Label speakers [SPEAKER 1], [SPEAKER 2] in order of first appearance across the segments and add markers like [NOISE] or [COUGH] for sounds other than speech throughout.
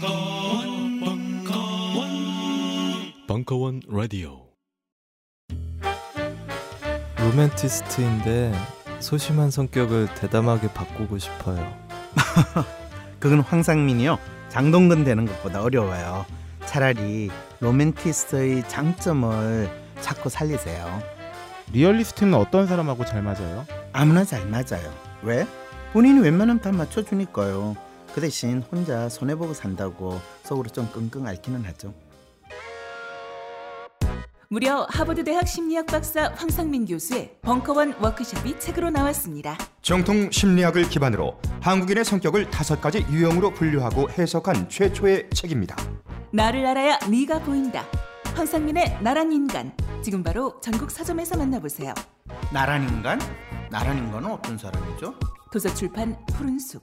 [SPEAKER 1] 벙커원, 벙커원,
[SPEAKER 2] 벙커원 라디오.
[SPEAKER 3] 로맨티스트인데 소심한 성격을 대담하게 바꾸고 싶어요.
[SPEAKER 4] 그건 황상민이요. 장동근 되는 것보다 어려워요. 차라리 로맨티스트의 장점을 자꾸 살리세요.
[SPEAKER 5] 리얼리스트는 어떤 사람하고 잘 맞아요?
[SPEAKER 4] 아무나 잘 맞아요. 왜? 본인이 웬만하면 다 맞춰주니까요. 그 대신 혼자 손해보고 산다고 속으로 좀 끙끙 앓기는 하죠.
[SPEAKER 6] 무려 하버드대학 심리학 박사 황상민 교수의 벙커원 워크숍이 책으로 나왔습니다.
[SPEAKER 7] 정통 심리학을 기반으로 한국인의 성격을 다섯 가지 유형으로 분류하고 해석한 최초의 책입니다.
[SPEAKER 6] 나를 알아야 네가 보인다. 황상민의 나란 인간. 지금 바로 전국 서점에서 만나보세요.
[SPEAKER 4] 나란 인간? 나란 인간은 어떤 사람이죠?
[SPEAKER 6] 도서출판 푸른숲.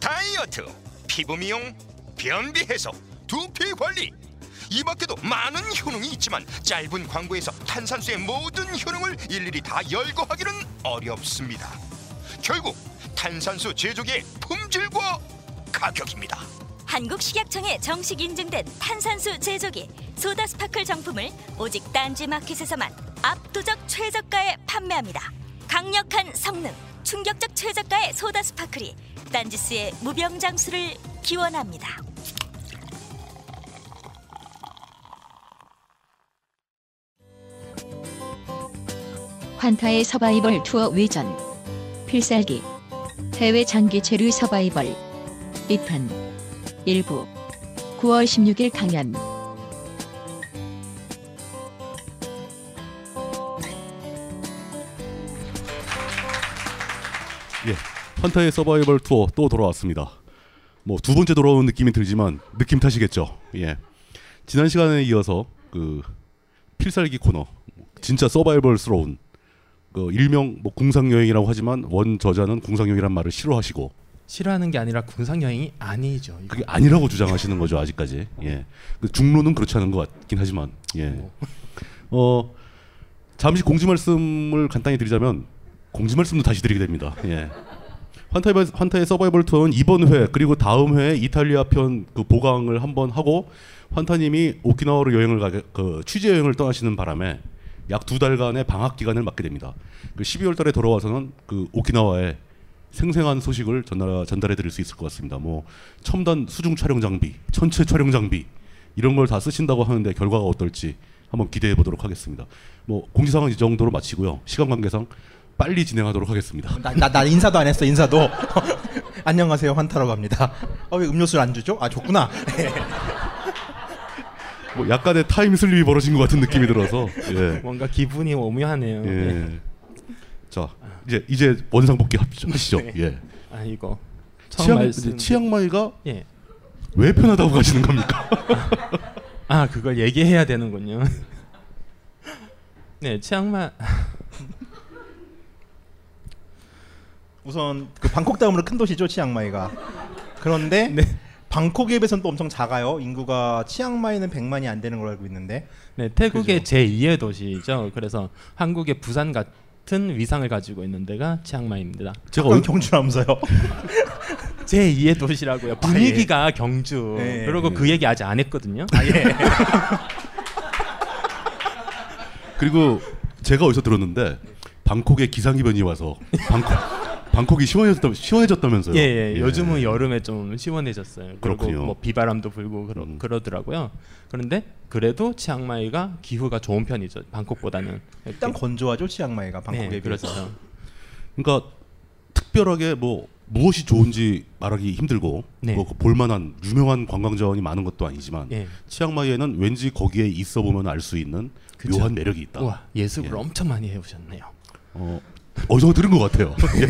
[SPEAKER 7] 다이어트, 피부 미용, 변비 해소, 두피 관리. 이 밖에도 많은 효능이 있지만 짧은 광고에서 탄산수의 모든 효능을 일일이 다 열거하기는 어렵습니다. 결국 탄산수 제조기의 품질과 가격입니다.
[SPEAKER 8] 한국식약청에 정식 인증된 탄산수 제조기 소다 스파클 정품을 오직 딴지 마켓에서만 압도적 최저가에 판매합니다. 강력한 성능, 충격적 최저가의 소다 스파클이 딴지스의 무병장수를 기원합니다.
[SPEAKER 9] 환타의 서바이벌 투어 외전 필살기 해외 장기체류 서바이벌 2편 일부 9월 16일 강연
[SPEAKER 10] 환타의 서바이벌 투어 또 돌아왔습니다. 뭐 두 번째 돌아온 느낌이 들지만 느낌 탓이겠죠. 예. 지난 시간에 이어서 그 필살기 코너 진짜 서바이벌스러운 그 일명 뭐 궁상 여행이라고 하지만 원 저자는 궁상 여행이란 말을 싫어하시고
[SPEAKER 11] 싫어하는 게 아니라 궁상 여행이 아니죠. 이거.
[SPEAKER 10] 그게 아니라고 주장하시는 거죠 아직까지. 예. 그 중론은 그렇지 않은 것 같긴 하지만 예.
[SPEAKER 11] 뭐.
[SPEAKER 10] 어 잠시 공지 말씀을 간단히 드리자면 공지 말씀도 다시 드리게 됩니다. 예. 환타의, 환타의 서바이벌 투어는 이번 회 그리고 다음 회에 이탈리아 편 그 보강을 한번 하고 환타님이 오키나와로 여행을 가게 그 취재 여행을 떠나시는 바람에 약 두 달간의 방학 기간을 맞게 됩니다. 그 12월달에 돌아와서는 그 오키나와의 생생한 소식을 전달, 전달해 드릴 수 있을 것 같습니다. 뭐 첨단 수중 촬영 장비, 천체 촬영 장비 이런 걸 다 쓰신다고 하는데 결과가 어떨지 한번 기대해 보도록 하겠습니다. 뭐 공지사항은 이 정도로 마치고요. 시간 관계상 빨리 진행하도록 하겠습니다.
[SPEAKER 11] 나, 나, 나 인사도 안 했어 [LAUGHS] 인사도. 안녕하세요 환타라고 합니다. 어, 왜 음료수를 안 주죠? 아 줬구나.
[SPEAKER 10] 뭐 약간의 타임 슬립이 벌어진 것 같은 느낌이 [LAUGHS] 들어서 예.
[SPEAKER 11] 뭔가 기분이 오묘하네요. 예.
[SPEAKER 10] 예. 자 이제 이제 원상 복귀 합시- 하시죠.
[SPEAKER 11] 네.
[SPEAKER 10] 예.
[SPEAKER 11] 아 이거 처음
[SPEAKER 10] 치앙
[SPEAKER 11] 말씀.
[SPEAKER 10] 치앙마이가
[SPEAKER 11] 예.
[SPEAKER 10] 왜 편하다고 가시는 겁니까?
[SPEAKER 11] 아 그걸 얘기해야 되는군요. [LAUGHS] 네 치앙마
[SPEAKER 12] 우선 그 방콕 다음으로 큰 도시죠 치앙마이가.
[SPEAKER 4] [LAUGHS]
[SPEAKER 12] 그런데
[SPEAKER 11] 네.
[SPEAKER 12] 방콕에 비해서는 또 엄청 작아요. 인구가 치앙마이는 100만이 안 되는 걸로 알고 있는데
[SPEAKER 11] 네 태국의 제2의 도시죠. 그래서 한국의 부산 같은 위상을 가지고 있는 데가 치앙마이입니다.
[SPEAKER 10] [LAUGHS] 제가
[SPEAKER 12] 그건
[SPEAKER 10] 얼,
[SPEAKER 12] 경주라면서요.
[SPEAKER 11] 제2의 도시라고요. 분위기가 경주.
[SPEAKER 12] 예.
[SPEAKER 11] 그리고 그 얘기 아직 안 했거든요.
[SPEAKER 4] 예.
[SPEAKER 10] 그리고 제가 어디서 들었는데 방콕에 [LAUGHS] 기상이변이 와서 방콕 방콕이 시원해졌다, 시원해졌다면서요?
[SPEAKER 11] 예, 예, 요즘은 여름에 좀 시원해졌어요. 그리고
[SPEAKER 10] 그렇군요.
[SPEAKER 11] 뭐 비바람도 불고 그러, 그러더라고요. 그런데 그래도 치앙마이가 기후가 좋은 편이죠. 방콕보다는
[SPEAKER 7] 일단 건조하죠 치앙마이가 방콕에
[SPEAKER 11] 네,
[SPEAKER 7] 비해서.
[SPEAKER 11] 그렇죠.
[SPEAKER 10] 그러니까 특별하게 뭐 무엇이 좋은지 말하기 힘들고
[SPEAKER 11] 네.
[SPEAKER 10] 뭐 볼만한 유명한 관광 자원이 많은 것도 아니지만
[SPEAKER 11] 예.
[SPEAKER 10] 치앙마이에는 왠지 거기에 있어 보면 알 수 있는
[SPEAKER 11] 그쵸.
[SPEAKER 10] 묘한 매력이 있다.
[SPEAKER 11] 우와, 예습을
[SPEAKER 10] 예.
[SPEAKER 11] 엄청 많이 해오셨네요.
[SPEAKER 10] 어, 어디서 들은 것 같아요.
[SPEAKER 11] [LAUGHS]
[SPEAKER 10] 예.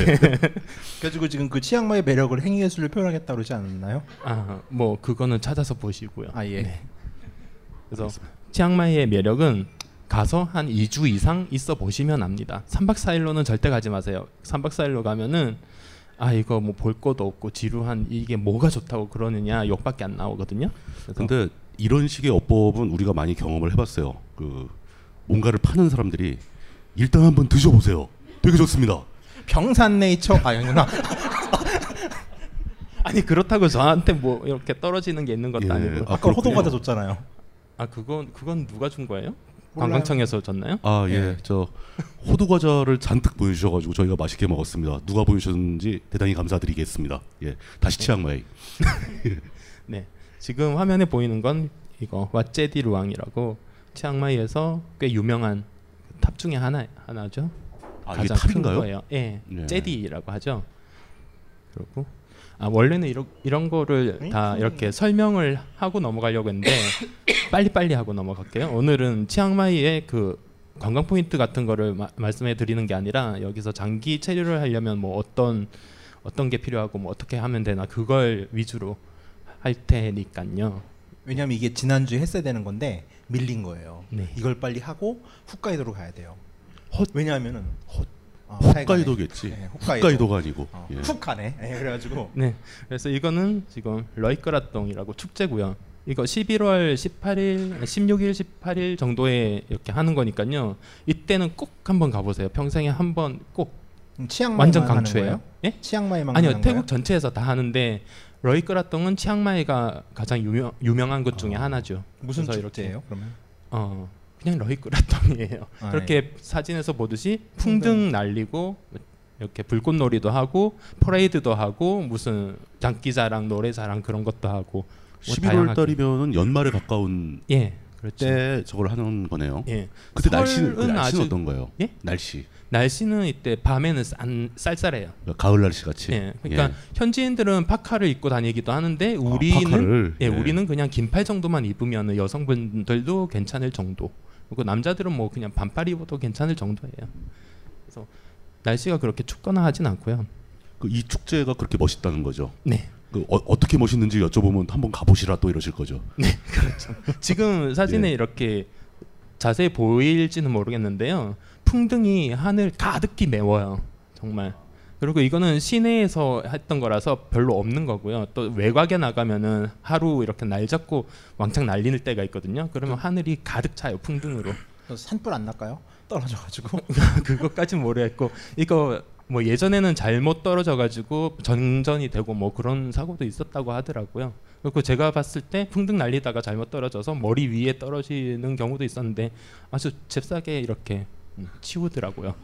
[SPEAKER 7] 그래가지고 지금 그 치앙마이 매력을 행위예술로 표현하겠다 그러지 않았나요?
[SPEAKER 11] 아, 뭐 그거는 찾아서 보시고요. 네.
[SPEAKER 7] 아 예.
[SPEAKER 11] 그래서 치앙마이의 매력은 가서 한 2주 이상 있어 보시면 압니다. 3박 4일로는 절대 가지 마세요. 3박 4일로 가면은 아 이거 뭐 볼 것도 없고 지루한 이게 뭐가 좋다고 그러느냐 욕밖에 안 나오거든요. 그래서
[SPEAKER 10] 근데 이런 식의 어법은 우리가 많이 경험을 해봤어요. 그 뭔가를 파는 사람들이 일단 한번 드셔보세요. 되게 좋습니다.
[SPEAKER 7] 병산네이처 아 아니구나.
[SPEAKER 11] 아니 그렇다고 저한테 뭐 이렇게 떨어지는 게 있는 것도
[SPEAKER 10] 예,
[SPEAKER 11] 아니고
[SPEAKER 10] 아, 아까 호동 과자
[SPEAKER 7] 줬잖아요.
[SPEAKER 11] 아 그건 그건 누가 준 거예요?
[SPEAKER 10] 몰라요.
[SPEAKER 11] 관광청에서 줬나요?
[SPEAKER 10] 아 예, 저 호두 과자를 잔뜩 보내주셔가지고 저희가 맛있게 먹었습니다. 누가 보내주셨는지 대단히 감사드리겠습니다. 예, 다시 치앙마이.
[SPEAKER 11] 네. 지금 화면에 보이는 건 이거 왓제디 루앙이라고 치앙마이에서 꽤 유명한 탑 중에 하나 하나죠.
[SPEAKER 10] 아, 이게
[SPEAKER 11] 가장 큰
[SPEAKER 10] 탑인가요?
[SPEAKER 11] 거예요. 예.
[SPEAKER 10] 네.
[SPEAKER 11] 제디라고 하죠. 그렇고 아 원래는 이런 이런 거를 다 이렇게 설명을 하고 넘어가려고 했는데 빨리빨리 하고 넘어갈게요. 오늘은 치앙마이의 그 관광 포인트 같은 거를 마- 말씀해 드리는 게 아니라 여기서 장기 체류를 하려면 뭐 어떤 어떤 게 필요하고 뭐 어떻게 하면 되나 그걸 위주로 할 테니까요.
[SPEAKER 7] 왜냐면 이게 지난주에 했어야 되는 건데 밀린 거예요.
[SPEAKER 11] 네.
[SPEAKER 7] 이걸 빨리 하고 홋카이도로 가야 돼요. 왜냐하면은 아,
[SPEAKER 11] 예,
[SPEAKER 10] 홋카이도겠지.
[SPEAKER 7] 네,
[SPEAKER 10] 홋카이도. 가 아니고.
[SPEAKER 7] 어,
[SPEAKER 11] 뭐
[SPEAKER 10] 예.
[SPEAKER 7] 홋카네. 예, 그래가지고
[SPEAKER 11] 네. 그래서 이거는 지금 러이크라똥이라고 축제고요. 이거 11월 18일, 16일, 18일 정도에 이렇게 하는 거니까요. 이때는 꼭 한번 가보세요. 평생에 한번 꼭.
[SPEAKER 7] 음, 치앙마이만
[SPEAKER 11] 완전
[SPEAKER 7] 하는
[SPEAKER 11] 강추예요.
[SPEAKER 7] 거예요?
[SPEAKER 11] 예?
[SPEAKER 7] 치앙마이만
[SPEAKER 11] 아니요,
[SPEAKER 7] 하는
[SPEAKER 11] 태국
[SPEAKER 7] 거예요?
[SPEAKER 11] 전체에서 다 하는데 러이크라똥은 치앙마이가 가장 유명 유명한 곳 중에 하나죠.
[SPEAKER 7] 어. 무슨
[SPEAKER 11] 그래서
[SPEAKER 7] 축제예요? 그러면
[SPEAKER 11] 어 그냥 러이크라똥이에요.
[SPEAKER 7] [LAUGHS] 아,
[SPEAKER 11] 그렇게 사진에서 보듯이 풍등 날리고 이렇게 불꽃놀이도 하고 퍼레이드도 하고 무슨 장기자랑 노래자랑 그런 것도 하고 뭐
[SPEAKER 10] 11월
[SPEAKER 11] 다양하게.
[SPEAKER 10] 달이면은 연말에 가까운
[SPEAKER 11] 예, 그렇죠.
[SPEAKER 7] 네.
[SPEAKER 10] 때 저걸 하는 거네요.
[SPEAKER 11] 예.
[SPEAKER 10] 그때 날씨는 그
[SPEAKER 11] 설은
[SPEAKER 10] 날씨는
[SPEAKER 11] 아주-
[SPEAKER 10] 어떤 거예요?
[SPEAKER 11] 예?
[SPEAKER 10] 날씨.
[SPEAKER 11] 날씨는 이때 밤에는 싼, 쌀쌀해요.
[SPEAKER 10] 그러니까 가을 날씨 같이.
[SPEAKER 11] 예, 그러니까 현지인들은 파카를 입고 다니기도 하는데 우리는
[SPEAKER 10] 파카를?
[SPEAKER 11] 예,
[SPEAKER 10] 예.
[SPEAKER 11] 우리는 그냥 긴팔 정도만 입으면 여성분들도 괜찮을 정도. 그리고 남자들은 뭐 그냥 반팔 입어도 괜찮을 정도예요. 그래서 날씨가 그렇게 춥거나 하진 않고요.
[SPEAKER 10] 그 이 축제가 그렇게 멋있다는 거죠.
[SPEAKER 11] 네.
[SPEAKER 10] 그 어, 떻게 멋있는지 여쭤보면 한번 가보시라 또 이러실 거죠.
[SPEAKER 11] 네, 그렇죠. 지금 사진에 이렇게 자세히 보일지는 모르겠는데요. 풍등이 하늘 가득히 메워요. 정말. 그리고 이거는 시내에서 했던 거라서 별로 없는 거고요. 또 외곽에 나가면은 하루 이렇게 날 잡고 왕창 날리는 때가 있거든요. 그러면 하늘이 가득 차요. 풍등으로.
[SPEAKER 7] 그래서 산불 안 날까요? 떨어져가지고
[SPEAKER 11] [LAUGHS] 그것까진 모르겠고 이거 뭐 예전에는 잘못 떨어져 가지고 전전이 되고 뭐 그런 사고도 있었다고 하더라고요. 그리고 제가 봤을 때 풍등 날리다가 잘못 떨어져서 머리 위에 떨어지는 경우도 있었는데 아주 잽싸게 이렇게 음, 치우더라고요.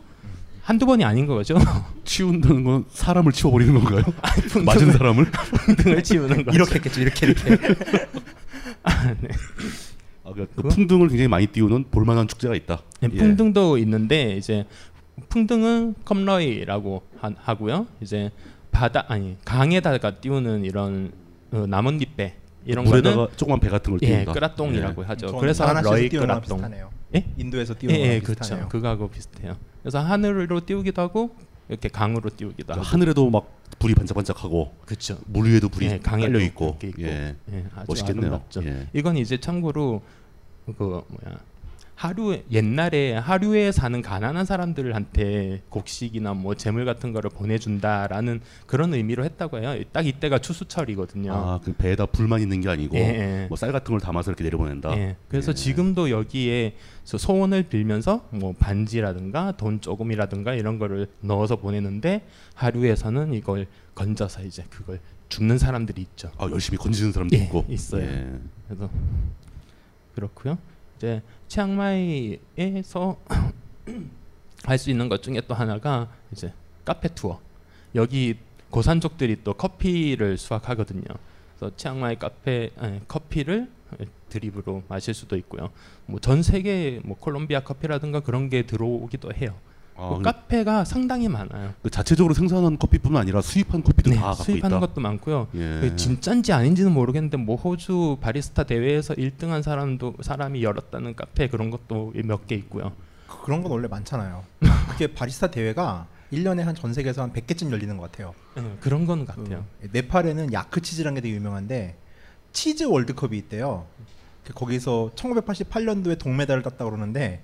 [SPEAKER 11] 한두 번이 아닌 거죠. [LAUGHS]
[SPEAKER 10] 치운다는 건 사람을 치워버리는 건가요? 맞은 사람을?
[SPEAKER 11] 풍등을
[SPEAKER 7] [LAUGHS]
[SPEAKER 11] 치우는 거죠.
[SPEAKER 7] 이렇게 했겠죠, 이렇게, 이렇게.
[SPEAKER 11] 아, 네.
[SPEAKER 10] 아, 그러니까 그 풍등을 굉장히 많이 띄우는 볼만한 축제가 있다.
[SPEAKER 11] 네,
[SPEAKER 10] 예.
[SPEAKER 11] 풍등도 있는데 이제 풍등은 컴러이라고 하, 하고요. 이제 바다 아니 강에다가 띄우는 이런 어, 나뭇잎배 이런
[SPEAKER 10] 물에다가
[SPEAKER 11] 거는
[SPEAKER 10] 조그만 배 같은 걸
[SPEAKER 11] 예,
[SPEAKER 10] 띄운다.
[SPEAKER 11] 끄라똥이라고
[SPEAKER 10] 예.
[SPEAKER 11] 하죠.
[SPEAKER 7] 저는
[SPEAKER 11] 그래서
[SPEAKER 7] 바나시에서
[SPEAKER 11] 러이
[SPEAKER 7] 띄우는 거랑
[SPEAKER 11] 끄라똥.
[SPEAKER 7] 비슷하네요.
[SPEAKER 11] 예?
[SPEAKER 7] 인도에서 띄우는
[SPEAKER 11] 예, 예,
[SPEAKER 7] 거랑
[SPEAKER 11] 그렇죠.
[SPEAKER 7] 비슷하네요.
[SPEAKER 11] 그거하고 비슷해요. 그래서 하늘로 띄우기도 하고 이렇게 강으로 띄우기도 하고.
[SPEAKER 10] 그러니까 하늘에도 막 불이 반짝반짝하고
[SPEAKER 11] 그렇죠.
[SPEAKER 10] 물 위에도 불이
[SPEAKER 11] 예, 강에도
[SPEAKER 10] 깔려 있고,
[SPEAKER 11] 그렇게 있고.
[SPEAKER 10] 예.
[SPEAKER 11] 예, 아주
[SPEAKER 10] 멋있겠네요.
[SPEAKER 11] 아름답죠.
[SPEAKER 10] 예.
[SPEAKER 11] 이건 이제 참고로 그 뭐야 하루 옛날에 하루에 사는 가난한 사람들한테 곡식이나 뭐 재물 같은 거를 보내준다라는 그런 의미로 했다고 해요. 딱 이때가 추수철이거든요.
[SPEAKER 10] 아, 그 배에다 불만 있는 게 아니고
[SPEAKER 11] 예, 예.
[SPEAKER 10] 뭐 쌀 같은 걸 담아서 이렇게 내려보낸다.
[SPEAKER 11] 예. 그래서 지금도 여기에 소- 소원을 빌면서 뭐 반지라든가 돈 조금이라든가 이런 거를 넣어서 보내는데 하루에서는 이걸 건져서 이제 그걸 줍는 사람들이 있죠.
[SPEAKER 10] 아, 열심히 건지는 사람도
[SPEAKER 11] 예,
[SPEAKER 10] 있고.
[SPEAKER 11] 있어요.
[SPEAKER 10] 예.
[SPEAKER 11] 그래서 그렇고요. 이제 [COUGHS] 치앙마이에서 할 수 있는 것 중에 또 하나가 이제 카페 투어. 여기 고산족들이 또 커피를 수확하거든요. 그래서 치앙마이 카페 아니, 커피를 드립으로 마실 수도 있고요. 뭐 전 세계 뭐 콜롬비아 커피라든가 그런 게 들어오기도 해요.
[SPEAKER 10] 아,
[SPEAKER 11] 뭐
[SPEAKER 10] 그럼-
[SPEAKER 11] 카페가 상당히 많아요. 네,
[SPEAKER 10] 그 자체적으로 생산한 커피뿐만 아니라 수입한 커피도 다 갖고
[SPEAKER 11] 수입하는
[SPEAKER 10] 있다.
[SPEAKER 11] 것도 많고요.
[SPEAKER 10] 예.
[SPEAKER 11] 그 진짠지 아닌지는 모르겠는데 뭐 호주 바리스타 대회에서 1등한 사람도 사람이 열었다는 카페 그런 것도 몇 개 있고요.
[SPEAKER 7] 그런 건
[SPEAKER 11] [LAUGHS]
[SPEAKER 7] 원래 많잖아요.
[SPEAKER 11] 음.
[SPEAKER 7] 그게 바리스타 대회가 1년에 한 전 세계에서 한 100개쯤 열리는 것 같아요.
[SPEAKER 11] 네, 그런 건 같아요.
[SPEAKER 7] 그 네팔에는 야크 치즈라는 게 되게 유명한데 치즈 월드컵이 있대요. 그 거기서 1988년도에 동메달을 땄다 그러는데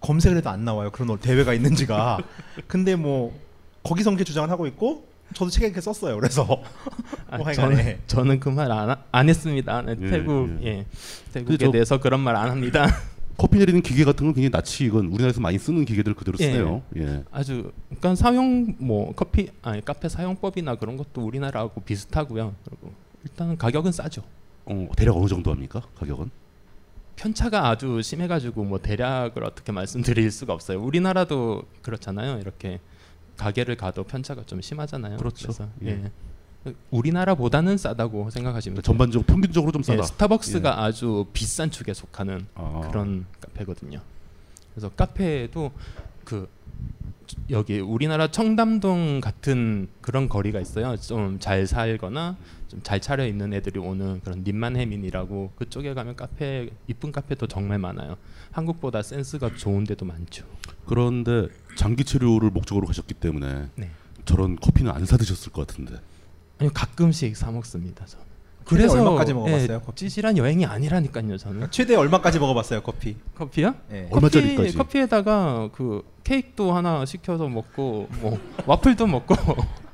[SPEAKER 7] 검색을 해도 안 나와요. 그런 대회가
[SPEAKER 11] [LAUGHS]
[SPEAKER 7] 있는지가. 근데 뭐 거기서 그렇게 주장을 하고 있고 저도 책에 이렇게 썼어요. 그래서 [LAUGHS]
[SPEAKER 11] 아,
[SPEAKER 7] 뭐 하여간에.
[SPEAKER 11] [LAUGHS] 저는 저는 그 말 안 안 했습니다. 네,
[SPEAKER 10] 예,
[SPEAKER 11] 태국 예, 태국에
[SPEAKER 10] 근데 저-
[SPEAKER 11] 대해서 그런 말 안 합니다. [LAUGHS]
[SPEAKER 10] 커피 내리는 기계 같은 건 굉장히 낯이 익은 우리나라에서 많이 쓰는 기계들 그대로
[SPEAKER 11] 예.
[SPEAKER 10] 쓰네요. 예.
[SPEAKER 11] 아주 그러니까 사용 뭐 커피 아니 카페 사용법이나 그런 것도 우리나라하고 비슷하고요. 그리고 일단은 가격은 싸죠.
[SPEAKER 10] 어, 대략 어느 정도 합니까? 가격은?
[SPEAKER 11] 편차가 아주 심해가지고 뭐 대략을 어떻게 말씀드릴 수가 없어요. 우리나라도 그렇잖아요. 이렇게 가게를 가도 편차가 좀 심하잖아요.
[SPEAKER 10] 그렇죠.
[SPEAKER 11] 래서
[SPEAKER 10] 예.
[SPEAKER 11] 예. 우리나라보다는 싸다고 생각하시면 돼요.
[SPEAKER 10] 그러니까 전반적으로 평균적으로 좀 싸다. 아,
[SPEAKER 11] 예, 스타벅스가 아주 비싼 축에 속하는
[SPEAKER 10] 어.
[SPEAKER 11] 그런 카페거든요. 그래서 카페에도 그 여기 우리나라 청담동 같은 그런 거리가 있어요. 좀 잘 살거나 좀 잘 차려 입는 애들이 오는 그런 님만해민이라고 그쪽에 가면 카페 이쁜 카페도 정말 많아요. 한국보다 센스가 좋은 데도 많죠.
[SPEAKER 10] 그런데 장기 체류를 목적으로 가셨기 때문에
[SPEAKER 11] 네.
[SPEAKER 10] 저런 커피는 안 사드셨을 것 같은데.
[SPEAKER 11] 아니 가끔씩 사 먹습니다. 저는.
[SPEAKER 7] 최대 얼마까지 먹어봤어요,
[SPEAKER 11] 예, 찌질한 여행이 아니라니까요. 저는
[SPEAKER 7] 최대 얼마까지 먹어봤어요 커피?
[SPEAKER 11] 커피요?
[SPEAKER 7] 예.
[SPEAKER 11] 커피, 커피에다가 그 케이크도 하나 시켜서 먹고 뭐 와플도 먹고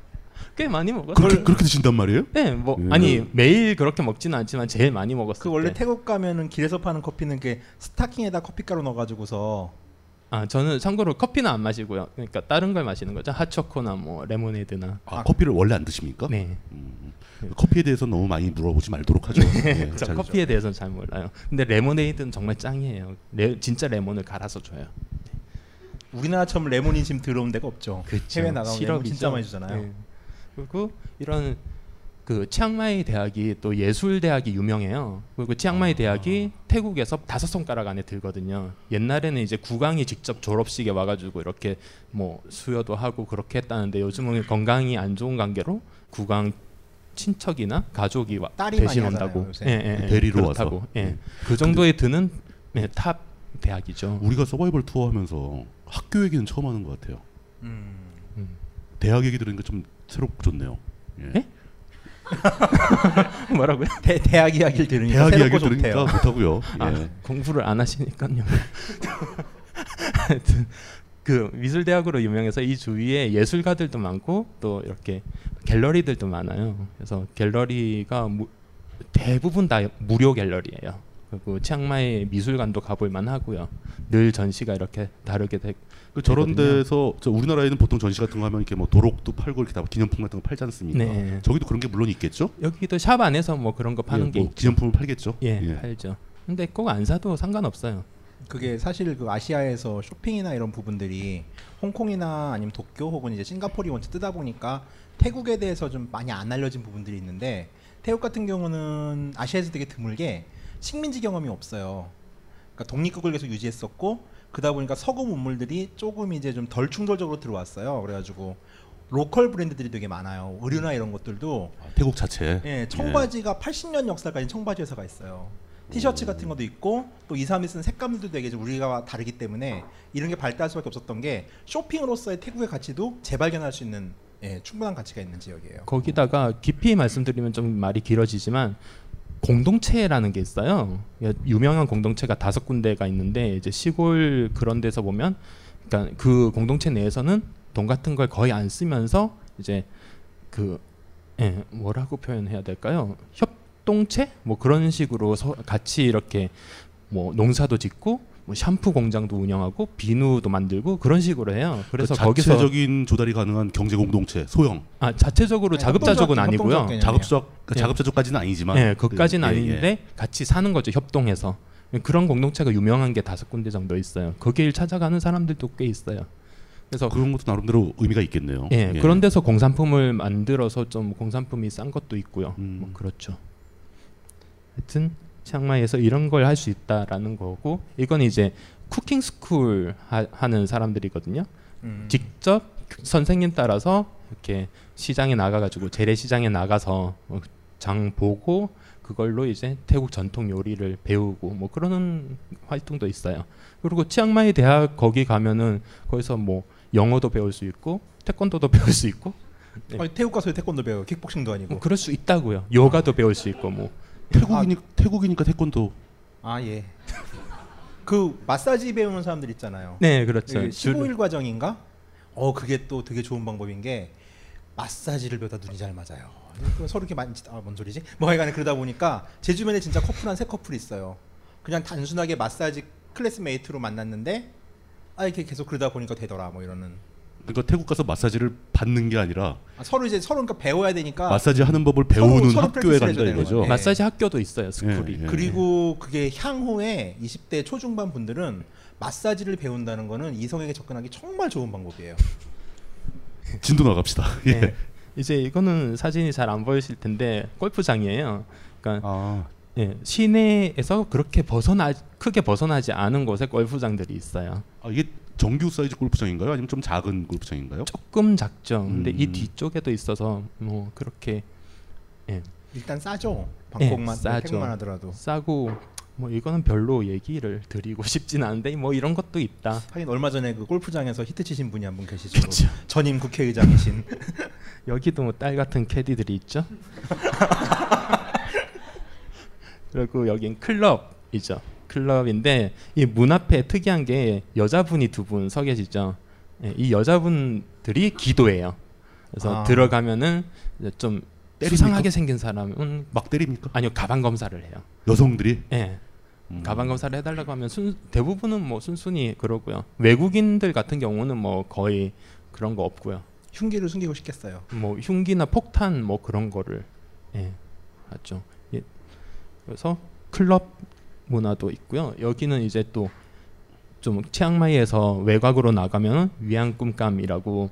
[SPEAKER 11] [LAUGHS] 꽤 많이 먹었어요.
[SPEAKER 10] 그렇게, 그렇게 드신단 말이에요?
[SPEAKER 11] 네, 뭐
[SPEAKER 10] 예.
[SPEAKER 11] 아니 매일 그렇게 먹지는 않지만 제일 많이 먹었어요.
[SPEAKER 7] 그 원래 태국 가면은 길에서 파는 커피는 그 스타킹에다 커피가루 넣어가지고서
[SPEAKER 11] 아 저는 참고로 커피는 안 마시고요. 그러니까 다른 걸 마시는 거죠. 핫초코나 뭐 레모네이드나.
[SPEAKER 10] 아, 커피를 원래 안 드십니까?
[SPEAKER 11] 네.
[SPEAKER 10] 음, 커피에 대해서 너무 많이 물어보지
[SPEAKER 11] [LAUGHS]
[SPEAKER 10] 말도록 하죠. 예,
[SPEAKER 11] 저
[SPEAKER 10] 잘-
[SPEAKER 11] 네, 커피에 대해서는 잘 몰라요. 근데 레모네이드는 정말 짱이에요. 레, 진짜 레몬을 갈아서 줘요.
[SPEAKER 7] 우리나라처럼 레몬이 지금 들어온 데가 없죠. 해외 나가면 레몬 진짜 많이 주잖아요.
[SPEAKER 11] 네. 그리고 이런 그 치앙마이 대학이 또 예술 대학이 유명해요. 그리고
[SPEAKER 7] 아.
[SPEAKER 11] 치앙마이 대학이 태국에서 다섯 손가락 안에 들거든요. 옛날에는 이제 국왕이 직접 졸업식에 와가지고 이렇게 뭐 수여도 하고 그렇게 했다는데 요즘은 건강이 안 좋은 관계로 국왕 친척이나 가족이 와,
[SPEAKER 7] 딸이
[SPEAKER 11] 대신
[SPEAKER 7] 많이 하잖아요,
[SPEAKER 11] 온다고 예,
[SPEAKER 7] 요새.
[SPEAKER 10] 대리로 와서.
[SPEAKER 11] 그렇다고. 예.
[SPEAKER 10] 예.
[SPEAKER 11] 그 정도에 드는 예, 탑 대학이죠.
[SPEAKER 10] 우리가 서바이벌 투어 하면서 학교 얘기는 처음 하는 것 같아요.
[SPEAKER 11] 음.
[SPEAKER 10] 대학 얘기 들으니까 좀 새롭고 좋네요. 예.
[SPEAKER 11] 뭐라고요?
[SPEAKER 7] 대, 대학 이야기를 들으니까
[SPEAKER 10] 대학
[SPEAKER 7] 새롭고
[SPEAKER 10] 이야기 들으니까
[SPEAKER 7] 좋대요.
[SPEAKER 10] 못하고요.
[SPEAKER 11] 그러니까 [LAUGHS] 아,
[SPEAKER 10] 예.
[SPEAKER 11] 공부를 안 하시니까요. [LAUGHS] 하여튼 그 미술 대학으로 유명해서 이 주위에 예술가들도 많고 또 이렇게 갤러리들도 많아요. 그래서 갤러리가 무, 대부분 다 무료 갤러리예요. 그리고 치앙마이 미술관도 가볼 만하고요. 늘 전시가 이렇게 다르게 되.
[SPEAKER 10] 그 저런
[SPEAKER 11] 되거든요.
[SPEAKER 10] 데서 저 우리나라에는 보통 전시 같은 거 하면 이렇게 뭐 도록도 팔고 이렇게 다 기념품 같은 거 팔지 않습니까?
[SPEAKER 11] 네.
[SPEAKER 10] 저기도 그런 게 물론 있겠죠.
[SPEAKER 11] 여기도 샵 안에서 뭐 그런 거 파는
[SPEAKER 10] 예,
[SPEAKER 11] 게
[SPEAKER 10] 뭐
[SPEAKER 11] 있죠.
[SPEAKER 10] 기념품을 팔겠죠.
[SPEAKER 11] 예, 팔죠. 근데 꼭 안 사도 상관없어요.
[SPEAKER 7] 그게 사실 그 아시아에서 쇼핑이나 이런 부분들이 홍콩이나 아니면 도쿄 혹은 이제 싱가포르 먼저 뜨다 보니까 태국에 대해서 좀 많이 안 알려진 부분들이 있는데 태국 같은 경우는 아시아에서 되게 드물게 식민지 경험이 없어요. 그러니까 독립국을 계속 유지했었고 그러다 보니까 서구 문물들이 조금 이제 좀 덜 충돌적으로 들어왔어요. 그래가지고 로컬 브랜드들이 되게 많아요. 의류나 이런 것들도
[SPEAKER 10] 태국 자체.
[SPEAKER 7] 예, 청바지가 80년 역사까지 청바지 회사가 있어요.
[SPEAKER 11] 음.
[SPEAKER 7] 티셔츠 같은 것도 있고 또 2, 3일 쓰는 색감들도 되게 이제 우리가 다르기 때문에 이런 게 발달할 수밖에 없었던 게 쇼핑으로서의 태국의 가치도 재발견할 수 있는 예, 충분한 가치가 있는 지역이에요.
[SPEAKER 11] 거기다가 깊이 말씀드리면 좀 말이 길어지지만 공동체라는 게 있어요. 예, 유명한 공동체가 다섯 군데가 있는데 이제 시골 그런 데서 보면 그러니까 그 공동체 내에서는 돈 같은 걸 거의 안 쓰면서 이제 그 예, 뭐라고 표현해야 될까요? 협동체 뭐 그런 식으로 서- 같이 이렇게 뭐 농사도 짓고 뭐 샴푸 공장도 운영하고 비누도 만들고 그런 식으로 해요. 그래서 거기서
[SPEAKER 10] 자체적인 조달이 가능한 경제 공동체 소형.
[SPEAKER 11] 아
[SPEAKER 7] 예,
[SPEAKER 11] 자체적으로 자급자족은 아니고요.
[SPEAKER 10] 그러니까 자급적
[SPEAKER 11] 예.
[SPEAKER 10] 자급자족까지는 아니지만.
[SPEAKER 11] 네, 그까지는
[SPEAKER 10] 예, 예, 예.
[SPEAKER 11] 아닌데 같이 사는 거죠 협동해서 그런 공동체가 유명한 게 다섯 군데 정도 있어요. 거길 찾아가는 사람들도 꽤 있어요. 그래서
[SPEAKER 10] 그런 것도 나름대로 의미가 있겠네요.
[SPEAKER 11] 예,
[SPEAKER 10] 예.
[SPEAKER 11] 그런 데서 공산품을 만들어서 좀 공산품이 싼 것도 있고요. 뭐 그렇죠. 하여튼 치앙마이에서 이런 걸 할 수 있다라는 거고 이건 이제 쿠킹 스쿨 하, 는 사람들이거든요.
[SPEAKER 7] 음.
[SPEAKER 11] 직접 선생님 따라서 이렇게 시장에 나가가지고 재래 시장에 나가서 어, 장 보고 그걸로 이제 태국 전통 요리를 배우고 뭐 그러는 활동도 있어요. 그리고 치앙마이 대학 거기 가면은 거기서 뭐 영어도 배울 수 있고 태권도도 [LAUGHS] 배울 수 있고 네.
[SPEAKER 7] 아니, 태국 가서 왜 태권도 배워? 킥복싱도 아니고.
[SPEAKER 11] 뭐 그럴 수 있다고요. 요가도 배울 수 있고 뭐
[SPEAKER 10] 태국이니 태국이니까 태권도
[SPEAKER 7] 아 예. [LAUGHS] 그 마사지 배우는 사람들 있잖아요.
[SPEAKER 11] 네, 그렇죠.
[SPEAKER 4] 예,
[SPEAKER 7] 15일 과정인가? 어 그게 또 되게 좋은 방법인 게 마사지를 배우다 눈이 잘 맞아요. 그럼 서로 이렇게 만지 아뭔 소리지? 뭐하여간에 그러다 보니까 제 주변에 진짜 커플 한 세 커플 있어요. 그냥 단순하게 마사지 클래스메이트로 만났는데 아 이렇게 계속 그러다 보니까 되더라 뭐 이러는
[SPEAKER 10] 그러니까 태국 가서 마사지를 받는 게 아니라
[SPEAKER 7] 아, 서로 이제 서로 그러니까 배워야 되니까
[SPEAKER 10] 마사지 하는 법을
[SPEAKER 7] 서로-
[SPEAKER 10] 배우는
[SPEAKER 7] 서로
[SPEAKER 10] 학교에
[SPEAKER 7] 프랙티스를
[SPEAKER 10] 간다
[SPEAKER 7] 해줘야 되는
[SPEAKER 10] 이거죠.
[SPEAKER 7] 거예요.
[SPEAKER 11] 마사지 학교도 있어요. 스쿨이.
[SPEAKER 10] 네, 예, 예.
[SPEAKER 7] 그리고 그게 향후에 20대 초중반 분들은 마사지를 배운다는 거는 이성에게 접근하기 정말 좋은 방법이에요.
[SPEAKER 10] 진도 나갑시다. 예.
[SPEAKER 11] 네. 이제 이거는 사진이 잘 안 보이실 텐데 골프장이에요. 그러니까 예, 시내에서 그렇게 벗어나 크게 벗어나지 않은 곳에 골프장들이 있어요.
[SPEAKER 10] 아, 이게 정규 사이즈 골프장인가요? 아니면 좀 작은 골프장인가요?
[SPEAKER 11] 조금 작죠. 근데 이 뒤쪽에도 있어서 뭐 그렇게 예.
[SPEAKER 7] 일단 싸죠.
[SPEAKER 11] 예,
[SPEAKER 7] 방콕만 태국만 하더라도.
[SPEAKER 11] 싸고 뭐 이거는 별로 얘기를 드리고 [LAUGHS] 싶진 않은데 뭐 이런 것도 있다.
[SPEAKER 7] 하긴 얼마 전에 그 골프장에서 히트 치신 분이 한 분 계시죠.
[SPEAKER 11] 그렇죠.
[SPEAKER 7] 전임
[SPEAKER 11] [LAUGHS]
[SPEAKER 7] 국회의장이신.
[SPEAKER 11] 여기도 뭐 딸 같은 캐디들이 있죠. 그리고 여긴 클럽이죠. 클럽인데 이 문 앞에 특이한 게 여자분이 두 분 서 계시죠. 예, 이 여자분들이 기도해요. 그래서
[SPEAKER 10] 아.
[SPEAKER 11] 들어가면은 이제 좀
[SPEAKER 10] 때립니까?
[SPEAKER 11] 수상하게 생긴 사람은
[SPEAKER 10] 막 때립니까?
[SPEAKER 11] 아니요 가방 검사를 해요.
[SPEAKER 10] 여성들이?
[SPEAKER 11] 예. 가방 검사를 해달라고 하면 순, 대부분은 뭐 순순히 그러고요. 외국인들 같은 경우는 뭐 거의 그런 거 없고요.
[SPEAKER 7] 흉기를 숨기고 싶겠어요.
[SPEAKER 11] 뭐 흉기나 폭탄 뭐 그런 거를 예 맞죠 예. 그래서 클럽 문화도 있고요 여기는 이제 또 좀 치앙마이에서 외곽으로 나가면 위안꿈감이라고